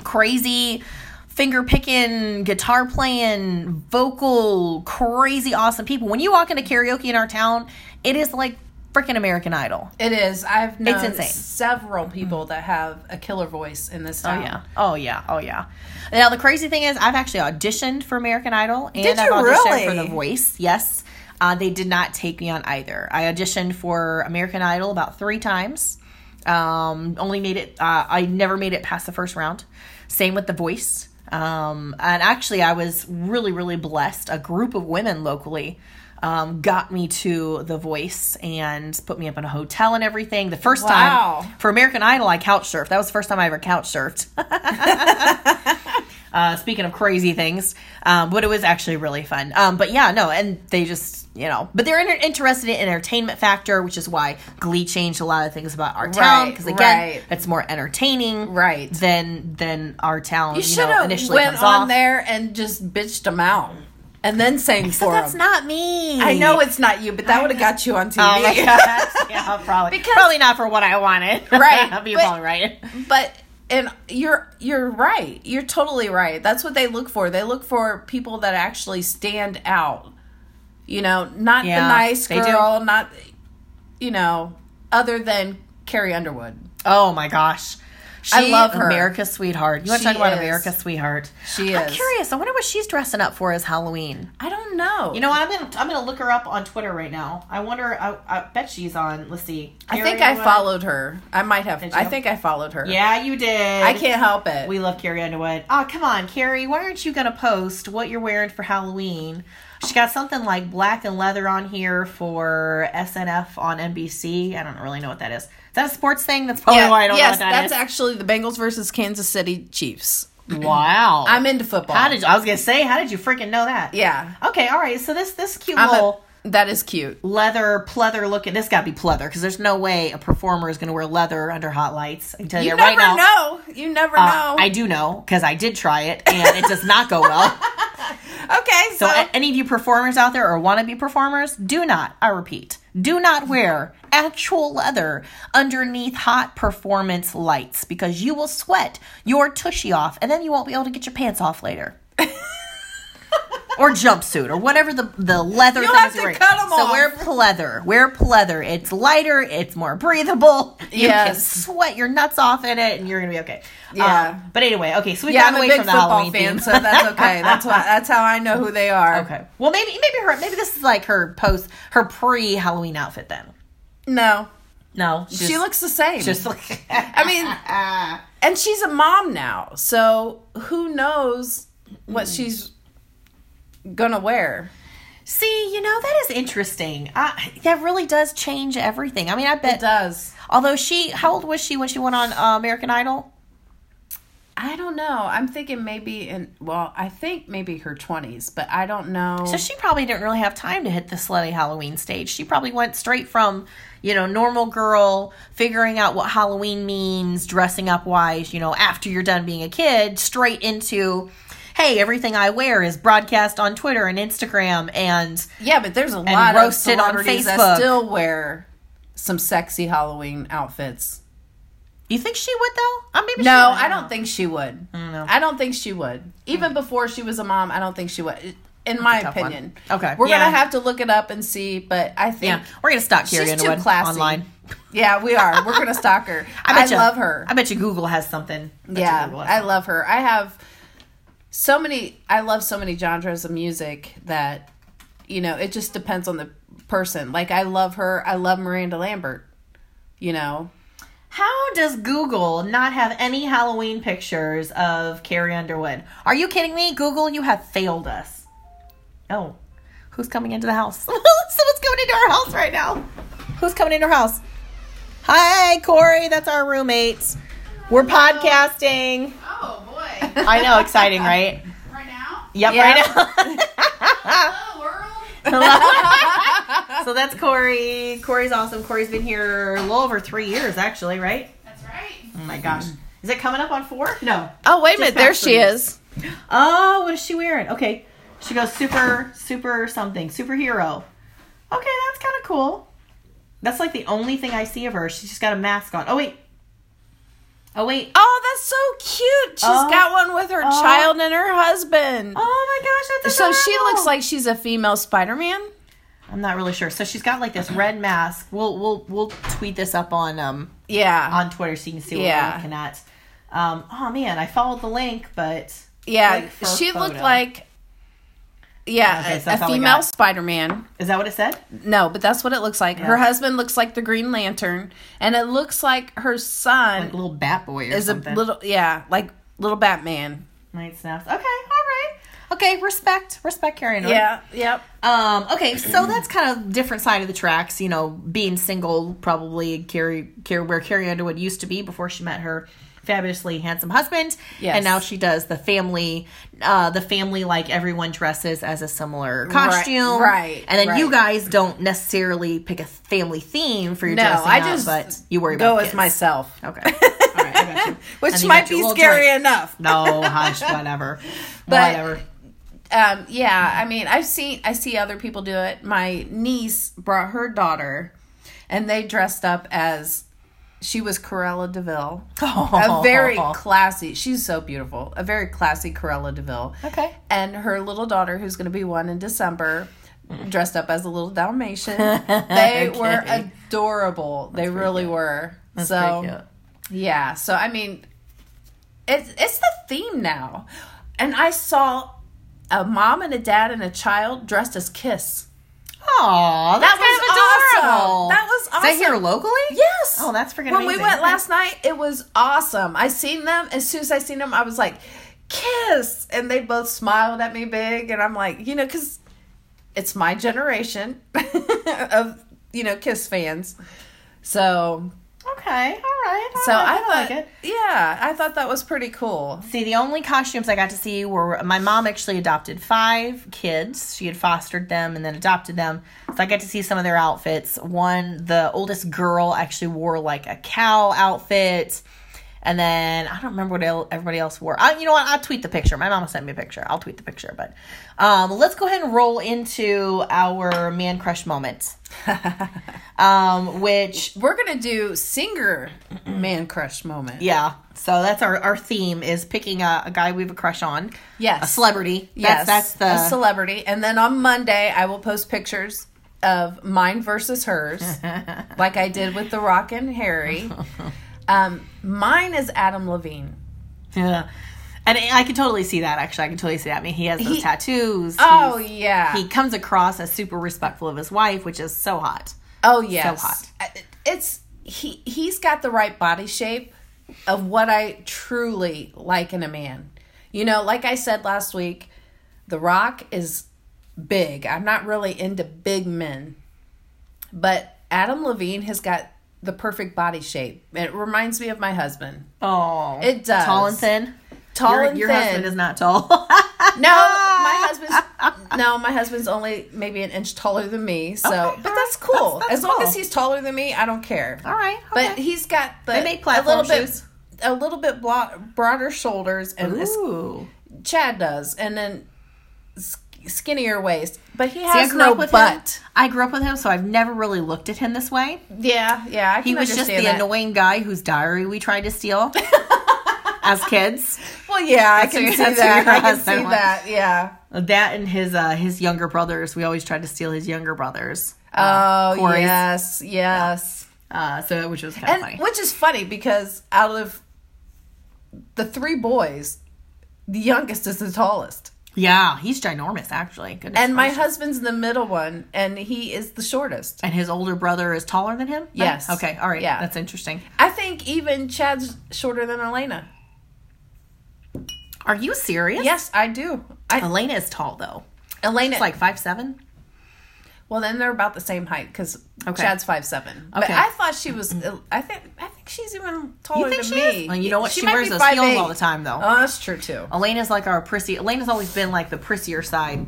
A: crazy finger picking, guitar playing, vocal, crazy awesome people. When you walk into karaoke in our town, it is like freaking American Idol.
B: It is. I've known
A: insane. Mm-hmm.
B: several people that have a killer voice in this
A: Oh
B: town.
A: yeah. Oh yeah. Oh yeah. Now the crazy thing is, I've actually auditioned for American Idol and
B: Did
A: I've
B: you
A: auditioned for
B: really?
A: The Voice. Yes. Uh, they did not take me on either. I auditioned for American Idol about three times. Um, only made it. Uh, I never made it past the first round. Same with The Voice. Um, and actually, I was really, really blessed. A group of women locally. Um, got me to the voice and put me up in a hotel and everything. The first
B: Wow.
A: time for American Idol, I couch surfed. That was the first time I ever couch surfed. uh, speaking of crazy things, um, but it was actually really fun. Um, but yeah, no, and they just you know, but they're inter- interested in entertainment factor, which is why Glee changed a lot of things about our town
B: Right,
A: because again,
B: right.
A: it's more entertaining,
B: Right.
A: Than than our town.
B: You
A: You,
B: should
A: know,
B: have
A: initially
B: went
A: comes
B: on
A: off.
B: there and just bitched them out, and then sang
A: But
B: for
A: that's
B: them.
A: not me.
B: I know it's not you, but that would have got you on TV.
A: Oh my gosh. Yeah, probably.
B: Because-
A: probably not for what I wanted.
B: Right,
A: You're
B: but-
A: probably right.
B: but and you're you're right. You're totally right. That's what they look for. They look for people that actually stand out. You know, not
A: Yeah,
B: the nice
A: they do.
B: girl, not you know, other than Carrie Underwood.
A: Oh my gosh. She,
B: I love her.
A: America's sweetheart. You want
B: She
A: to talk about
B: is.
A: America's sweetheart?
B: She
A: I'm
B: is.
A: curious. I wonder what she's dressing up for as Halloween.
B: I don't know.
A: You know, what? I'm gonna I'm gonna look her up on Twitter right now. I wonder. I, I bet she's on. Let's see.
B: I think
A: Carrie
B: I
A: Underwood?
B: followed her. I might have. I
A: you?
B: think I followed her.
A: Yeah, you did.
B: I can't help it.
A: We love Carrie Underwood. Oh, come on, Carrie. Why aren't you gonna post what you're wearing for Halloween? She got something like black and leather on here for SNF on NBC. I don't really know what that is. Is that a sports thing? That's probably
B: Yeah,
A: why I don't
B: yes,
A: know what that
B: that's
A: is.
B: actually the Bengals versus Kansas City Chiefs.
A: wow.
B: I'm into football.
A: How did I was gonna say? How did you freaking know that?
B: yeah,
A: Okay. All right. So this this cute
B: I'm
A: little
B: a, that is cute.
A: leather pleather looking. This got to be pleather because there's no way a performer is gonna wear leather under hot lights. I can tell you,
B: You
A: that right
B: never
A: now.
B: know. You never
A: Uh,
B: know.
A: I do know because I did try it and it does not go well.
B: okay,
A: So
B: so,
A: a- any of you performers out there or wannabe performers, do not. I repeat, do not wear actual leather underneath hot performance lights because you will sweat your tushy off and then you won't be able to get your pants off later. or jumpsuit or whatever the the leather
B: You'll
A: things
B: have to
A: you're wearing.
B: cut 'em
A: so
B: off.
A: wear pleather wear pleather it's lighter it's more breathable you can
B: Yes.
A: sweat your nuts off in it and you're gonna be okay
B: Yeah.
A: Um, but anyway okay so we
B: yeah,
A: got
B: I'm a
A: away
B: big
A: from the
B: football
A: halloween
B: fan,
A: theme.
B: so that's okay. That's why. That's how I know who they are.
A: Okay. Well, maybe maybe her maybe this is like her post her pre Halloween outfit then.
B: No,
A: No,
B: she looks the same.
A: just like
B: I mean, and she's a mom now, so who knows what she's gonna wear?
A: see. You know that is interesting. I, that really does change everything. I mean, I
B: It
A: bet.
B: does.
A: Although she, how old was she when she went on uh, American Idol?
B: I don't know. I'm thinking maybe in well, I think maybe her 20s, but I don't know.
A: So she probably didn't really have time to hit the slutty Halloween stage. She probably went straight from, you know, normal girl, figuring out what Halloween means, dressing up wise, you know, after you're done being a kid, straight into, hey, everything I wear is broadcast on Twitter and Instagram and
B: yeah, but there's a lot of
A: roasted on
B: celebrities
A: Facebook.
B: that still wear some sexy Halloween outfits.
A: you think she would though? Uh, maybe she
B: No,
A: would.
B: I don't think she would. I don't,
A: know. Hmm.
B: think she would. Even before she was a mom, I don't think she would. In my
A: tough one.
B: opinion.
A: Okay,
B: We're
A: yeah.
B: going to have to look it up and see, but I think
A: Yeah, we're gonna stalk Carrie
B: she's too
A: Underwood
B: classy.
A: online.
B: Yeah, we are. We're going to stalk her. I,
A: bet you-
B: love her.
A: I bet you Google has something. I bet you
B: yeah,
A: Google has
B: I love her. I have so many. I love so many genres of music that you know. It just depends on the person. Like I love her. I love Miranda Lambert. You know.
A: How does Google not have any Halloween pictures of Carrie Underwood? Are you kidding me? Google, you have failed us. Oh, who's coming into the house? Someone's coming into our house right now. Who's coming into our house? Hi, Corey. That's our roommates. We're podcasting.
C: Oh boy!
A: I know, exciting, right?
C: Right now,
A: Yep,
B: Yeah.
A: right
C: hello world.
A: now. so that's Corey. Corey's awesome. Corey's been here a little over three years, actually, right?
C: That's right.
A: Oh my gosh. Is it coming up on four? No.
B: Oh wait a
A: minute, there she
B: is.
A: Oh, what is she wearing? Okay. She goes super, super something, superhero. Okay, that's kind of cool. That's like the only thing I see of her. She's just got a mask on. Oh, wait. Oh wait.
B: Oh, that's so cute. She's
A: Oh.
B: got one with her
A: Oh.
B: child and her husband.
A: Oh my gosh, that's
B: So she
A: adorable.
B: looks like she's a female Spider Man.
A: I'm not really sure. So she's got like this red mask. We'll we'll we'll tweet this up on um
B: Yeah.
A: on Twitter so you can see what
B: Yeah.
A: we're looking at. Um, oh man, I followed the link, but
B: Yeah.
A: like, for a
B: she looked
A: photo.
B: like, yeah,
A: Okay,
B: a-
A: so
B: a
A: that's all we
B: female
A: got.
B: Spider Man.
A: is that what it said?
B: No, but that's what it looks like. Her
A: Yeah.
B: husband looks like the Green Lantern, and it looks like her son
A: Like a little bat boy or
B: is a
A: something.
B: little, yeah, like little Batman.
A: Night snaps. Okay, all right. Okay, respect, respect, Karen.
B: Yeah. Yep.
A: Um, okay, so that's kind of different side of the tracks, you know, being single probably Carrie, Carrie where Carrie Underwood used to be before she met her fabulously handsome husband.
B: Yes.
A: And now she does the family uh the family like everyone dresses as a similar costume.
B: right,
A: And then you
B: right.
A: guys don't necessarily pick a family theme for your
B: No,
A: dressing
B: I
A: up,
B: just
A: but you worry
B: Go
A: about
B: as
A: kids.
B: myself,
A: Okay. All right, I got you. And
B: which
A: you
B: might
A: got your
B: be
A: little
B: scary
A: drink.
B: enough.
A: No, hush, whatever.
B: But-
A: whatever.
B: um yeah i mean i've seen i see other people do it my niece brought her daughter and they dressed up as she was Corella Deville. A very classy, she's so beautiful. A very classy Corella Deville.
A: Okay.
B: And her little daughter, who's going to be one in December, dressed up as a little Dalmatian. They were
A: Okay.
B: adorable. they really were.
A: That's
B: so,
A: pretty cute.
B: yeah, so I mean, it's it's the theme now, and I saw a mom and a dad and a child dressed as Kiss.
A: Aw, that's
B: That was
A: kind of adorable.
B: awesome. That was
A: Is that here
B: awesome.
A: locally?
B: Yes.
A: Oh, that's freaking
B: When
A: amazing.
B: we went last night, it was awesome. I seen them as soon as I seen them, I was like, "Kiss!" And they both smiled at me big, and I'm like, you know, because it's my generation of you know Kiss fans. So,
A: Okay, all right. all
B: so
A: right,
B: I, thought,
A: Oh, like it.
B: yeah, I thought that was pretty cool.
A: See, the only costumes I got to see were my mom actually adopted five kids. She had fostered them and then adopted them. So I got to see some of their outfits. One, the oldest girl actually wore like a cow outfit. And then I don't remember what el- everybody else wore. I, you know what? I'll tweet the picture. My mama sent me a picture. I'll tweet the picture. But um, let's go ahead and roll into our man crush moment, um, which
B: We're gonna do singer man crush moment.
A: Yeah. So that's our, our theme is picking a, a guy we have a crush on.
B: Yes.
A: A celebrity.
B: Yes,
A: That's, that's
B: a
A: the
B: celebrity. And then on Monday, I will post pictures of mine versus hers, like I did with The Rock and Harry. Um, mine is Adam Levine.
A: yeah. And I I can totally see that actually. I can totally see that. I mean he has those
B: He-
A: tattoos.
B: Oh
A: He's-
B: yeah.
A: He comes across as super respectful of his wife, which is so hot.
B: oh yes.
A: hot.
B: I- It's he. He's got the right body shape of what I truly like in a man. You know, like I said last week, The Rock is big. I'm not really into big men. But Adam Levine has got the perfect body shape. It reminds me of my husband.
A: Oh.
B: It does.
A: Tall and thin.
B: Tall
A: your
B: and
A: your
B: thin.
A: husband is not tall.
B: no, my husband's no, my husband's only maybe an inch taller than me. So,
A: Okay,
B: but
A: all
B: that's
A: right.
B: cool.
A: That's- that's
B: as long
A: cool.
B: as he's taller than me, I don't care.
A: All right.
B: But
A: okay.
B: he's got the
A: They make platform
B: a little bit
A: shoes.
B: a little bit blo- broader shoulders and it's-
A: Ooh.
B: Chad does, and then s- skinnier waist. But he
A: See, I
B: has
A: grew
B: no
A: up with
B: butt.
A: him. I grew up with him, so I've never really looked at him this way.
B: Yeah, yeah. I can
A: He was just the
B: understand that.
A: annoying guy whose diary we tried to steal as kids.
B: Well, yeah, I
A: That's
B: can
A: who-
B: see
A: that's who
B: that.
A: your
B: I can
A: husband
B: see
A: was.
B: that. Yeah.
A: That and his uh his younger brothers. We always tried to steal his younger brothers.
B: Oh
A: Corey's.
B: yes, yes,
A: Uh so which was kind of
B: and
A: funny.
B: which is funny because out of the three boys, the youngest is the tallest,
A: yeah, he's ginormous actually. Goodness
B: and my
A: gracious.
B: husband's the middle one, and he is the shortest.
A: and his older brother is taller than him? Then?
B: Yes.
A: Okay. All right.
B: Yeah.
A: Yeah. That's interesting.
B: I think even Chad's shorter than Elena.
A: Are you serious?
B: Yes, I do. I,
A: Elena is tall though.
B: Elena,
A: It's Um, like five seven.
B: Well, then they're about the same height because
A: Okay.
B: Chad's five seven. But
A: Okay.
B: I thought she was. I think I think she's even taller
A: You think
B: than
A: she
B: me.
A: is? Well, you know what? She,
B: might
A: wears
B: be
A: those heels
B: 5'8".
A: all the time though.
B: Oh, that's true too.
A: Elena's like our prissy. Elena's always been like the prissier side.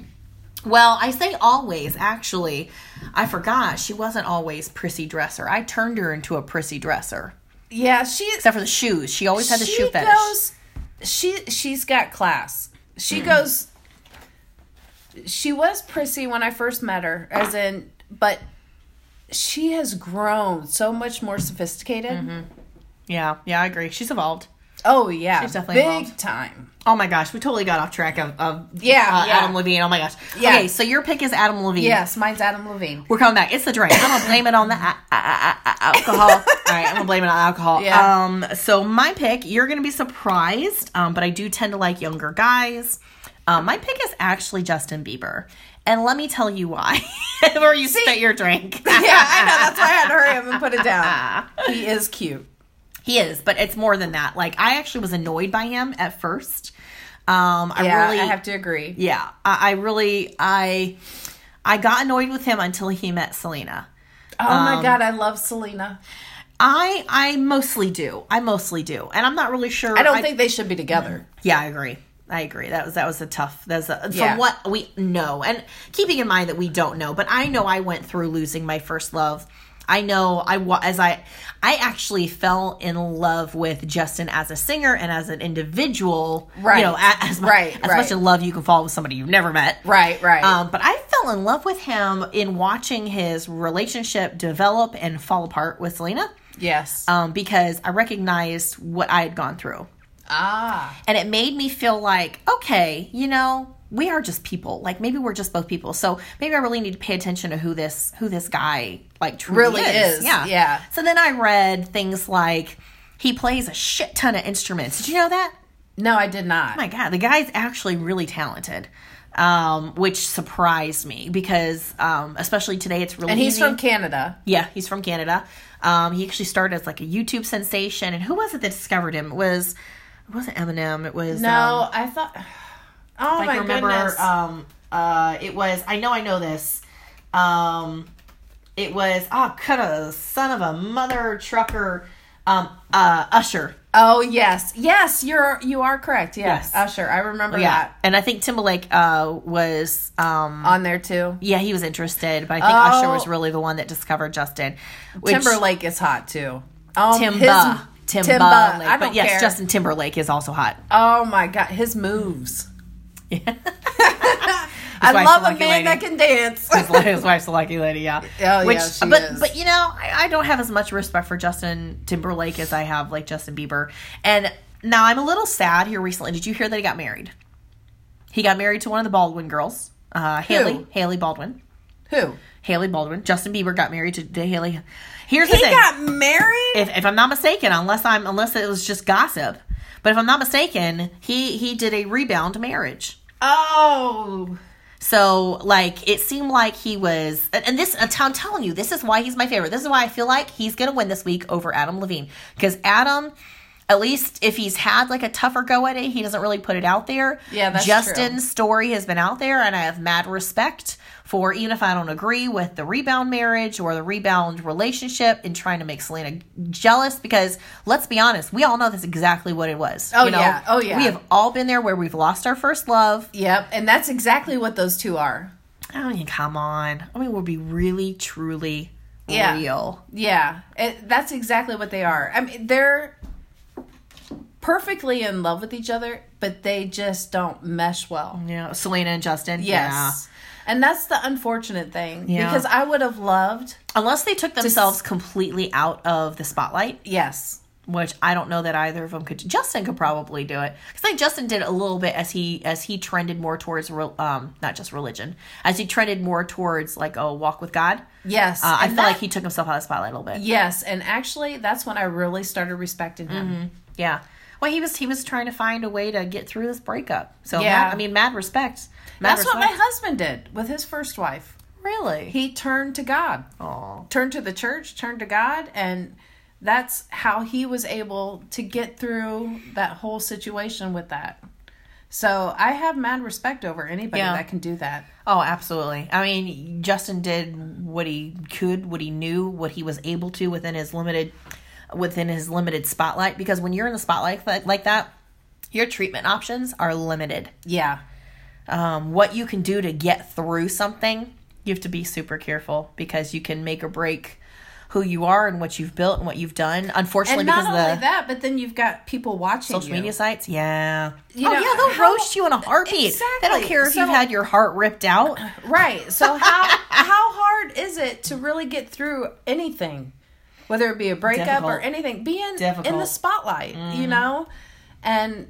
A: Well, I say always, actually. I forgot she wasn't always prissy dresser. I turned her into a prissy dresser,
B: Yeah, she.
A: except for the shoes. She always had the
B: she
A: shoe fetish.
B: goes. She she's got class. She
A: Mm-hmm.
B: goes. She was prissy when I first met her, as in,
A: Mm-hmm.
B: but she has grown so much more sophisticated.
A: Yeah, yeah, I agree. She's evolved.
B: Oh yeah,
A: She's definitely
B: big
A: involved.
B: time.
A: Oh my gosh, we totally got off track of, of
B: Yeah,
A: uh,
B: yeah.
A: Adam Levine. Oh my gosh.
B: Yeah.
A: Okay, so your pick is Adam Levine.
B: Yes, mine's Adam Levine.
A: We're coming back. It's the drink. I'm gonna blame it on the a- a- a- a- alcohol. All right, I'm gonna blame it on alcohol.
B: Yeah.
A: Um. So my pick, you're gonna be surprised. Um. But I do tend to like younger guys. Um. My pick is actually Justin Bieber, and let me tell you why. Before you spit your drink.
B: Yeah, I know. That's why I had to hurry up and put it down. He is cute.
A: He is, but it's more than that. Like I actually was annoyed by him at first. Um, I
B: Yeah,
A: really,
B: I have to agree.
A: yeah, I, I really, I, I got annoyed with him until he met Selena.
B: Oh
A: um,
B: my god, I love Selena.
A: I, I mostly do. I mostly do, and I'm not really sure.
B: I don't think they should be together.
A: Yeah, I agree. I agree. That was that was a tough. That was a, from
B: Yeah.
A: what we know, and keeping in mind that we don't know. But I know I went through losing my first love. I know I wa- as I I actually fell in love with Justin as a singer and as an individual.
B: Right.
A: You know, a- as, mu-
B: Right,
A: as
B: right.
A: much in love you can fall with somebody you've never met.
B: Right, right.
A: Um, but I fell in love with him in watching his relationship develop and fall apart with Selena
B: yes.
A: um, because I recognized what I had gone through
B: ah.
A: and it made me feel like okay you know we are just people like maybe we're just both people so maybe i really need to pay attention to who this who this guy like truly
B: Really is, yeah.
A: so then i read things like he plays a shit ton of instruments did you know that
B: No, I did not.
A: Oh my god the guy's actually really talented um, which surprised me because um, especially today it's really
B: and he's
A: easy.
B: from Canada.
A: Yeah, he's from Canada. Um, he actually started as like a YouTube sensation, and who was it that discovered him? It was it wasn't Eminem? It was um,
B: No, I thought. Oh
A: I
B: my
A: can remember
B: goodness.
A: um uh it was I know I know this. Um it was oh kind of son of a mother trucker um uh Usher.
B: oh yes, yes, you're you are correct. Yes,
A: Yes.
B: Usher, I remember that
A: And I think Timberlake uh was um
B: on there too.
A: yeah, he was interested, but I think Usher
B: Oh.
A: was really the one that discovered Justin. Which,
B: Timberlake is hot too. Um,
A: Timba.
B: his-
A: Timba.
B: Timba. I don't
A: but yes,
B: care.
A: Justin Timberlake is also hot.
B: Oh my god, his moves.
A: why I
B: I love
A: still
B: a
A: like
B: man
A: Eleni.
B: that can dance.
A: his, his wife's a lucky lady, yeah.
B: Oh, yeah,
A: Which,
B: she
A: but
B: is.
A: but you know, I, I don't have as much respect for Justin Timberlake as I have like Justin Bieber. And now I'm a little sad here recently. Did you hear that he got married? He got married to one of the Baldwin girls, uh, Haley Haley Baldwin.
B: Who?
A: Haley Baldwin. Justin Bieber got married to, to Haley. Here's the
B: He
A: thing:
B: got married?
A: if, if I'm not mistaken, unless I'm unless it was just gossip, but if I'm not mistaken, he he did a rebound marriage.
B: oh.
A: So like it seemed like he was, and and this I'm telling you, this is why he's my favorite. This is why I feel like he's gonna win this week over Adam Levine because Adam, at least if he's had like a tougher go at it, he doesn't really put it out there.
B: Yeah, that's
A: Justin's story has been out there, and I have mad respect for even if I don't agree with the rebound marriage or the rebound relationship and trying to make Selena jealous because let's be honest, we all know that's exactly what it was.
B: Oh, yeah. Oh, yeah.
A: We have all been there where we've lost our first love.
B: Yep, and that's exactly what those two are.
A: I mean, come on. I mean, we'll be really, truly
B: Yeah.
A: real.
B: Yeah, it, that's exactly what they are. I mean, they're perfectly in love with each other, but they just don't mesh well.
A: Yeah. Selena and Justin.
B: Yes. And that's the unfortunate thing
A: Yeah.
B: because I would have loved.
A: Yeah. Unless they took themselves completely out of the spotlight,
B: Yes.
A: which I don't know that either of them could. Justin could probably do it. Cuz like Justin did a little bit as he as he trended more towards rel- um not just religion. As he trended more towards like a walk with God.
B: Yes.
A: Uh, I
B: And
A: feel
B: that-
A: like he took himself out of the spotlight a little bit.
B: Yes, and actually, that's when I really started respecting him.
A: Yeah. Well, he was he was trying to find a way to get through this breakup. So
B: Yeah.
A: mad, I mean, mad respect. Mad
B: That's what my
A: respect.
B: husband did with his first wife.
A: really.
B: He turned to God,
A: Aw.
B: turned to the church, turned to God, and that's how he was able to get through that whole situation with that. So I have mad respect over anybody
A: Yeah.
B: that can do that.
A: Oh, absolutely. I mean, Justin did what he could, what he knew, what he was able to within his limited within his limited spotlight because when you're in the spotlight like, like that, your treatment options are limited.
B: Yeah.
A: Um, what you can do to get through something, you have to be super careful because you can make or break who you are and what you've built and what you've done. Unfortunately,
B: And not
A: because
B: only
A: of the
B: that, but then you've got people watching
A: social
B: you.
A: media sites, yeah.
B: You
A: oh
B: know,
A: yeah, they'll
B: how-
A: roast you in a heartbeat. They don't
B: Exactly.
A: care if you've
B: So-
A: had your heart ripped out.
B: Right. So how how hard is it to really get through anything? whether it be a breakup or
A: Difficult.
B: anything, being in the
A: Difficult. Mm-hmm.
B: spotlight, you know, and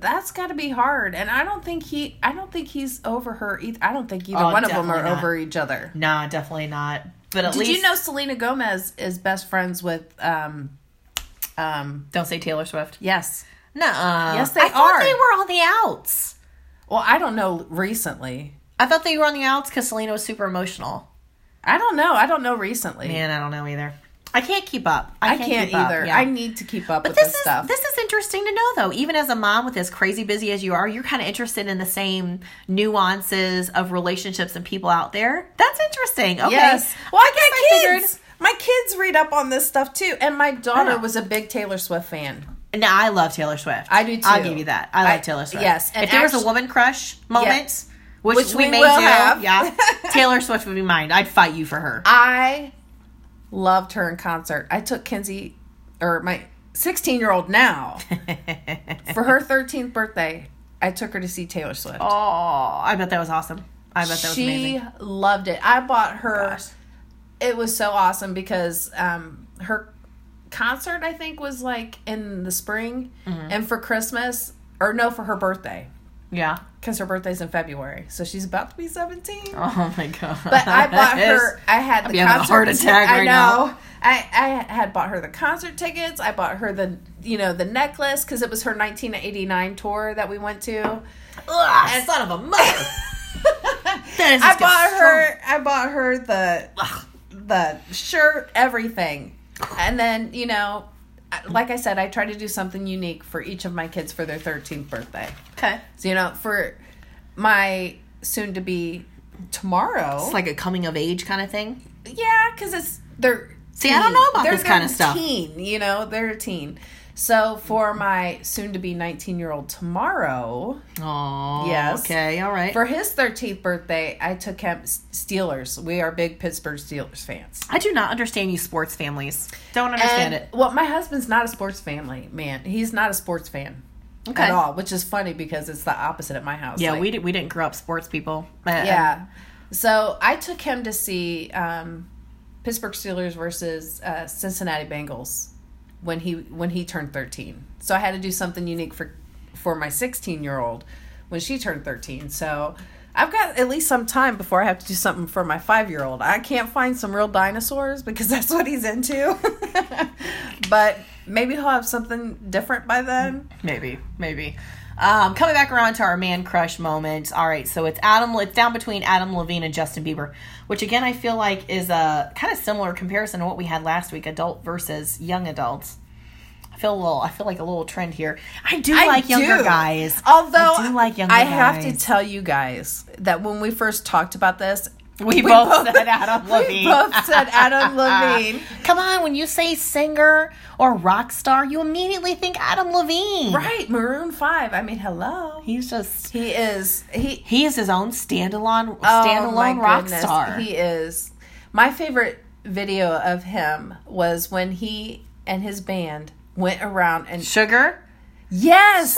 B: that's got to be hard. And I don't think he, I don't think he's over her either. I don't think either
A: Oh,
B: one of them are
A: definitely not.
B: over each other.
A: Nah, definitely not. But at
B: Did
A: least
B: you know Selena Gomez is best friends with, um, um,
A: don't say Taylor Swift.
B: yes.
A: Nuh-uh.
B: Yes, they
A: I
B: are.
A: thought they were on the outs.
B: Well, I don't know recently.
A: I thought they were on the outs because Selena was super emotional.
B: I don't know. I don't know recently.
A: Man, I don't know either. I can't keep up. I
B: I
A: can't,
B: can't,
A: keep up,
B: either.
A: yeah.
B: I need to keep up
A: But
B: with
A: this
B: this,
A: is
B: stuff.
A: this is interesting to know though. Even as a mom with as crazy busy as you are, you're kind of interested in the same nuances of relationships and people out there. That's interesting. Okay.
B: Yes. Well, I,
A: guess
B: got
A: I
B: kids. My kids read up on this stuff too, and my daughter
A: Yeah.
B: was a big Taylor Swift fan.
A: No, I love Taylor Swift.
B: I do,
A: I'll
B: too.
A: give you that. I like
B: I-
A: Taylor Swift.
B: yes, and
A: If there was a
B: actu-
A: woman crush moment, which,
B: Which
A: we,
B: we
A: may
B: will
A: do,
B: have.
A: yeah, Taylor Swift would be mine. I'd fight you for her.
B: I loved her in concert. I took Kinsey, or my 16 year old now, for her 13th birthday. I took her to see Taylor Swift.
A: oh, I bet that was awesome. I bet that was
B: she
A: amazing.
B: loved it. I bought her.
A: Gosh.
B: it was so awesome because um, her concert I think was like in the spring, and for Christmas or no for her birthday
A: Yeah.
B: because her birthday's in February, so she's about to be seventeen.
A: Oh my god.
B: But I bought her. I had the
A: be having a
B: concert.
A: heart attack
B: ti- I
A: right
B: know.
A: now.
B: I I had bought her the concert tickets. I bought her the you know the necklace because it was her 1989 tour that we went to.
A: Ugh, Ah, son of a mother. That is
B: I
A: just
B: bought
A: so-
B: her. I bought her the
A: Ugh.
B: the shirt, everything. And then, you know, I- like I said, I try to do something unique for each of my kids for their 13th birthday.
A: Okay.
B: So, you know, for my soon to be tomorrow.
A: It's like a coming of age kind of thing.
B: yeah, because it's they're.
A: See, I don't know about
B: they're,
A: this kinda
B: they're
A: stuff.
B: Teen, you know, they're a teen. So for my soon to be 19 year old tomorrow,
A: Oh.
B: Yes.
A: Okay. All right.
B: for his 13th birthday, I took him Steelers. We are big Pittsburgh Steelers fans.
A: I do not understand you sports families. Don't understand
B: And-
A: it.
B: Well, my husband's not a sports family man. He's not a sports fan
A: Okay.
B: at all, which is funny because it's the opposite at my house.
A: Yeah,
B: Like,
A: we did, we didn't grow up sports people. Uh,
B: yeah. So I took him to see um, Pittsburgh Steelers versus uh, Cincinnati Bengals when he when he turned thirteen. So I had to do something unique for for my sixteen year old when she turned thirteen. So. I've got at least some time before I have to do something for my five year old. I can't find some real dinosaurs because that's what he's into. but maybe he'll have something different by then.
A: Maybe, maybe. Um, coming back around to our man crush moments. All right, so it's Adam. It's down between Adam Levine and Justin Bieber, which again I feel like is a kind of similar comparison to what we had last week: adult versus young adults. I feel a little. I feel like a little trend here. I do like younger
B: do.
A: guys.
B: Although
A: I do like younger
B: I have to
A: guys.
B: tell you guys that when we first talked about this,
A: we, both, said Adam Levine.
B: we both said Adam Levine.
A: Come on, when you say singer or rock star, you immediately think Adam Levine.
B: Right, Maroon Five. I mean, hello.
A: He's just
B: He is he
A: he is his own standalone
B: oh,
A: standalone
B: my
A: rock
B: goodness,
A: star.
B: He is. My favorite video of him was when he and his band went around and
A: Sugar.
B: yes,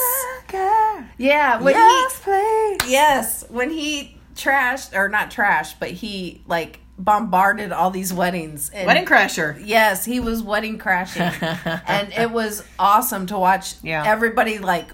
A: Sugar.
B: yeah, when he
A: please.
B: Yes, when he trashed or not trashed, but he like bombarded all these weddings. And
A: Wedding crasher.
B: Yes, he was wedding crashing, and it was awesome to watch.
A: Yeah.
B: everybody like,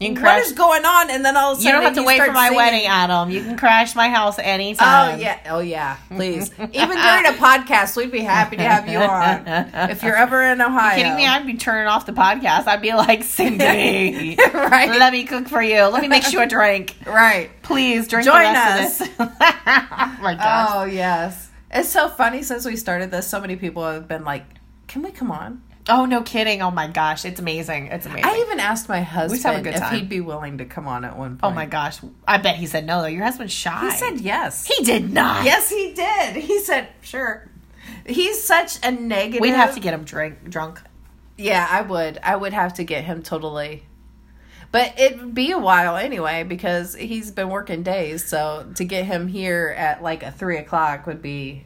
A: You can
B: what
A: crash.
B: is going on? And then all of a
A: You
B: sudden,
A: don't have to
B: he
A: wait for
B: starts
A: my
B: singing.
A: wedding, Um. Adam. You can crash my house
B: Oh
A: anytime.
B: yeah, oh yeah, please. Even during a podcast, we'd be happy to have you on if you're ever in Ohio.
A: Kidding me? I'd be turning off the podcast. I'd be like, sing to me.
B: Right.
A: Let me cook for you. Let me make you a drink.
B: right.
A: Please drink
B: Join
A: the rest of this. oh my gosh.
B: Oh yes, it's so funny since we started this. So many people have been like, "Can we come on?"
A: Oh no, kidding! Oh my gosh, it's amazing! It's amazing!
B: I even asked my
A: just have a
B: husband
A: good
B: if
A: time.
B: he'd be willing to come on at one point.
A: oh my gosh, I bet he said no though. Your husband's shy.
B: He said yes.
A: he did not.
B: yes, he did. He said sure. He's such a negative.
A: we'd have to get him drink drunk.
B: Yeah, I would. I would have to get him totally. But it'd be a while anyway because he's been working days. So to get him here at like a three o'clock would be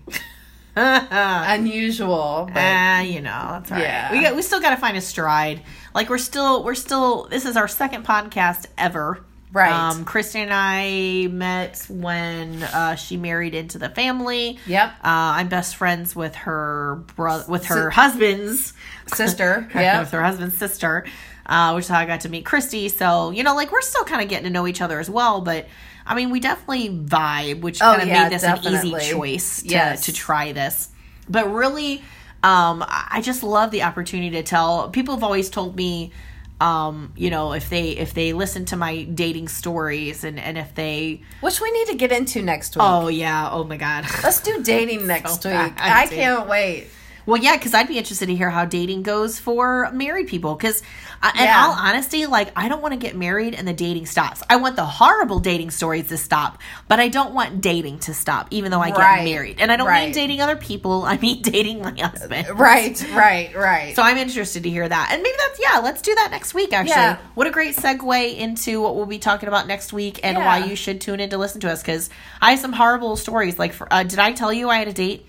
A: Ah,
B: unusual. But
A: you know that's all right.
B: Yeah.
A: We got, we still got to find a stride. Like we're still we're still. This is our second podcast ever.
B: Right.
A: Um, Kristen and I met when uh, she married into the family.
B: Yep.
A: Uh, I'm best friends with her brother, with her husband's
B: Sister.
A: with
B: yeah.
A: her husband's sister, uh, which is how I got to meet Christy. So you know, like we're still kind of getting to know each other as well, but. I mean, we definitely vibe, which
B: Oh,
A: kind of
B: yeah,
A: made this an
B: definitely.
A: easy choice to,
B: Yes.
A: to try this. But really, um, I I just love the opportunity to tell. People have always told me, um, you know, if they if they listen to my dating stories and and if they,
B: Which we need to get into next week.
A: oh yeah, oh my god,
B: Let's do dating next
A: So
B: week.
A: bad,
B: I
A: dude.
B: can't wait.
A: Well, yeah, because I'd be interested to hear how dating goes for married people. Because, in
B: Yeah.
A: all honesty, like I don't want to get married and the dating stops. I want the horrible dating stories to stop, but I don't want dating to stop, even though I
B: Right.
A: get married. And I don't
B: Right.
A: mean dating other people. I mean dating my husband.
B: Right, right, right.
A: So I'm interested to hear that. And maybe that's yeah. Let's do that next week. Actually,
B: Yeah.
A: what a great segue into what we'll be talking about next week and
B: Yeah.
A: why you should tune in to listen to us because I have some horrible stories. Like, for, uh, did I tell you I had a date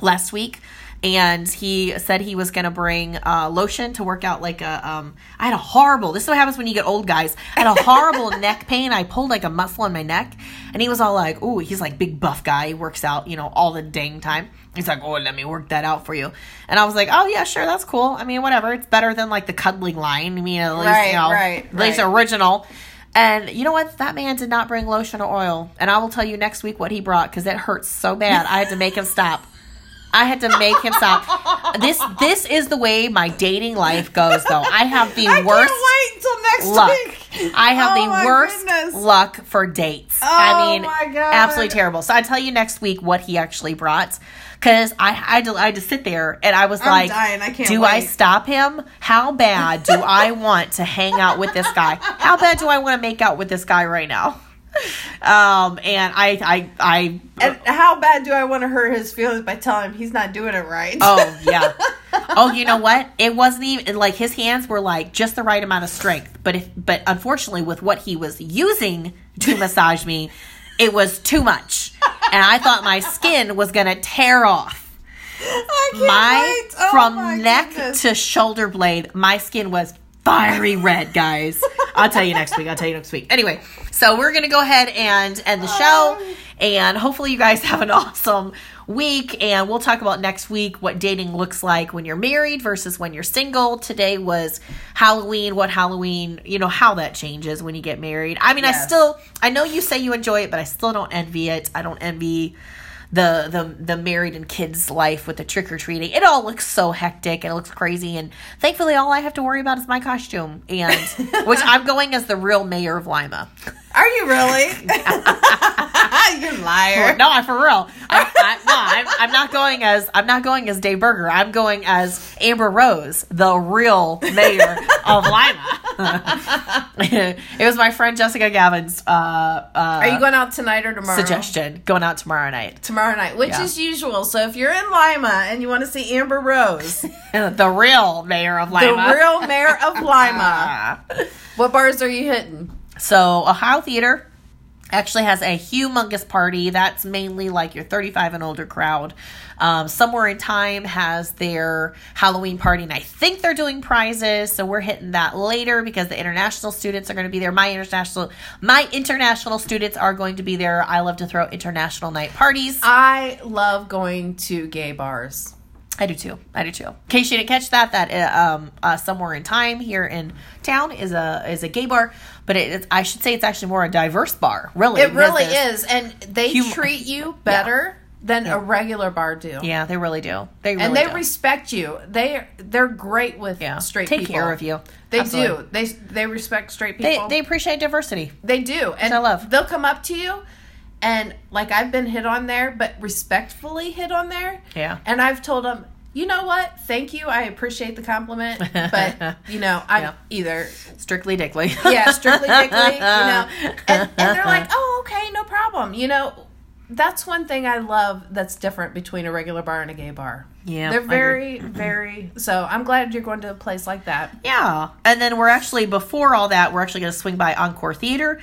A: last week? And he said he was going to bring uh, lotion to work out like a. Um, I had a horrible. This is what happens when you get old, guys. I had a horrible neck pain. I pulled like a muscle in my neck, and he was all like, "Ooh, he's like big buff guy. He works out, you know, all the dang time." He's like, "Oh, let me work that out for you," and I was like, "Oh yeah, sure, that's cool. I mean, whatever. It's better than like the cuddling line. I mean, at least
B: Right,
A: you know,
B: right,
A: at least
B: right.
A: original." And you know what? That man did not bring lotion or oil, and I will tell you next week what he brought because it hurts so bad. I had to make him stop. I had to make him stop. This this is the way my dating life goes though. I have the
B: I
A: worst
B: can't wait till next
A: luck.
B: week.
A: I have
B: Oh my
A: the worst
B: goodness.
A: luck for dates.
B: Oh
A: I mean,
B: my God.
A: absolutely terrible. So I tell you next week what he actually brought because I, I had to I had to sit there and I was
B: I'm
A: like,
B: dying. I can't
A: do I
B: wait."
A: stop him? How bad do I want to hang out with this guy? How bad do I want to make out with this guy right now? Um, and I I I
B: And how bad do I want to hurt his feelings by telling him he's not doing it right?
A: Oh yeah. Oh, you know what? It wasn't even like his hands were like just the right amount of strength, but if but unfortunately with what he was using to massage me, it was too much. And I thought my skin was going to tear off.
B: I can't
A: My
B: wait. Oh
A: from
B: my
A: neck
B: goodness.
A: to shoulder blade, my skin was fiery red, guys. I'll tell you next week. I'll tell you next week. Anyway, so we're going to go ahead and end the
B: Um,
A: show and hopefully you guys have an awesome week and we'll talk about next week what dating looks like when you're married versus when you're single. Today was Halloween, what Halloween, you know, how that changes when you get married. I mean, I
B: Yes.
A: still I know you say you enjoy it, but I still don't envy it. I don't envy the the the married and kids life with the trick or treating. It all looks so hectic and it looks crazy. And thankfully, all I have to worry about is my costume, and which I'm going as the real mayor of Lima.
B: Are you really? you liar.
A: No, I'm for real. I, I, no, I'm, I'm not going as I'm not going as Dave Berger. I'm going as Amber Rose, the real mayor of Lima. it was my friend Jessica Gavin's uh, uh,
B: Are you going out tonight or tomorrow?
A: suggestion going out tomorrow night.
B: Tomorrow night, which
A: Yeah.
B: is usual. So if you're in Lima and you want to see Amber Rose,
A: the real mayor of
B: the
A: Lima. Ah.
B: real mayor of Lima, what bars are you hitting?
A: So Ohio Theater actually has a humongous party. That's mainly like your 35 and older crowd. Um, Somewhere in Time has their Halloween party, and I think they're doing prizes. So we're hitting that later because the international students are going to be there. My international, my international students are going to be there. I love to throw international night parties.
B: I love going to gay bars.
A: I do too. I do too. In case you didn't catch that, that uh, um, uh, somewhere in time here in town is a is a gay bar, but it, it's, I should say it's actually more a diverse bar. Really,
B: It
A: because
B: really
A: there's-
B: is, and they
A: Hum-
B: treat you better than a regular bar do.
A: Yeah, they really do. They really
B: and they
A: do.
B: respect you. They they're great with
A: yeah.
B: straight
A: take
B: people.
A: care of you.
B: They
A: Absolutely.
B: do. They they respect straight
A: They
B: people.
A: they appreciate diversity.
B: They do. And
A: I love.
B: They'll come up to you and like I've been hit on there, but respectfully hit on there.
A: Yeah.
B: And I've told them, "You know what? Thank you. I appreciate the compliment, but you know, I'm
A: Yeah.
B: either
A: Strictly dickly.
B: yeah, strictly dickly, you know." And, and they're like, "Oh, okay, no problem." You know, that's one thing I love that's different between a regular bar and a gay bar.
A: Yeah, I
B: They're
A: agree.
B: very, very. So I'm glad you're going to a place like that.
A: Yeah. And then we're actually, before all that, we're actually going to swing by Encore Theater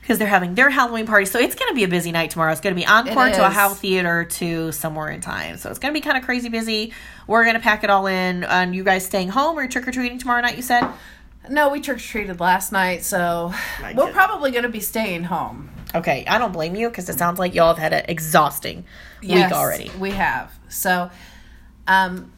A: because they're having their Halloween party. So it's going to be a busy night tomorrow. It's going to be Encore
B: It
A: to a
B: is.
A: How Theater to somewhere in time. So it's going to be kind of crazy busy. We're going to pack it all in. And you guys staying home or trick or treating tomorrow night, you said?
B: No, we trick or treated last night, so
A: My
B: we're
A: goodness.
B: probably going to be staying home.
A: Okay, I don't blame you because it sounds like y'all have had an exhausting
B: Yes,
A: week already.
B: We have. So, um,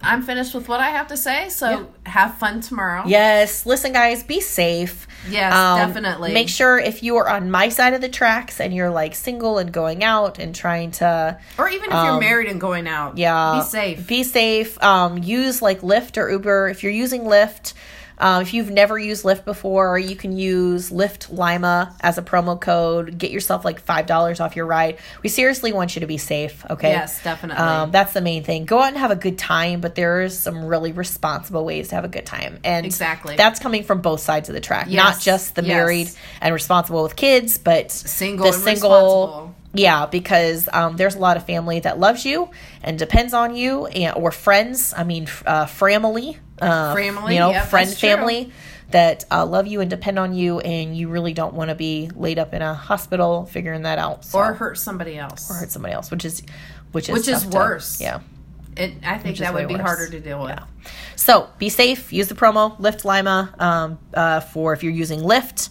B: I'm finished with what I have to say. So have fun tomorrow.
A: Yes, listen, guys, be safe.
B: Yes, definitely.
A: Um, Make sure if you are on my side of the tracks and you're like single and going out and trying to,
B: Or even if you're
A: Um,
B: married and going out.
A: yeah,
B: Be safe.
A: Be safe. Um, use like Lyft or Uber if you're using Lyft. Um, if you've never used Lyft before, you can use Lyft Lima as a promo code. Get yourself like five dollars off your ride. We seriously want you to be safe. Okay.
B: Yes, definitely.
A: Um, that's the main thing. Go out and have a good time, but there's some really responsible ways to have a good time. And
B: Exactly.
A: that's coming from both sides of the track, not
B: Yes,
A: just the
B: yes.
A: married and responsible with kids, but
B: Single
A: the
B: and responsible.
A: single. Yeah, because um, there's a lot of family that loves you and depends on you, and, or friends. I mean, f- uh, family, uh,
B: Family,
A: you know,
B: yep,
A: friend,
B: that's true.
A: family that uh, love you and depend on you, and you really don't want to be laid up in a hospital figuring that out so-
B: or hurt somebody else.
A: hurt somebody else, which is which is
B: Which is
A: tough to-
B: worse.
A: yeah.
B: it, I think
A: is
B: that
A: way
B: would be
A: worse.
B: harder to deal with.
A: So be safe. Use the promo Lyft Lima um, uh, for if you're using Lyft.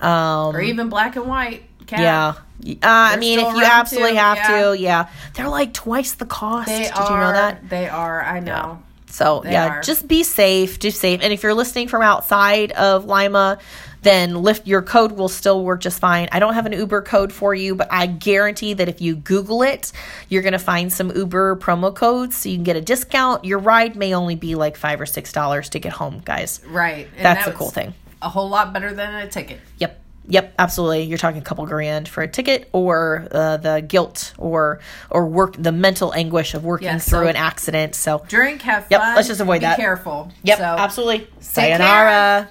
A: Um,
B: Or even black and white. Cat.
A: yeah. Uh, I
B: They're
A: mean,
B: still
A: if you
B: around
A: absolutely
B: too,
A: have
B: yeah.
A: to, yeah, they're like twice the cost.
B: They
A: Did
B: are.
A: you know that?
B: They are. I know.
A: So
B: They
A: yeah,
B: are.
A: just be safe. Just safe. And if you're listening from outside of Lima, then lift your code will still work just fine. I don't have an Uber code for you, but I guarantee that if you Google it, you're gonna find some Uber promo codes so you can get a discount. Your ride may only be like five or six dollars to get home, guys.
B: Right. And
A: That's
B: that
A: a cool
B: was
A: thing.
B: A whole lot better than a ticket.
A: Yep. Yep, absolutely. You're talking a couple grand for a ticket, or uh, the guilt, or or work the mental anguish of working
B: Yeah, so-
A: through an accident. So,
B: Drink. Have
A: Yep,
B: fun.
A: let's just avoid
B: be
A: that.
B: Careful.
A: yep,
B: So,
A: absolutely.
B: care.
A: Sayonara.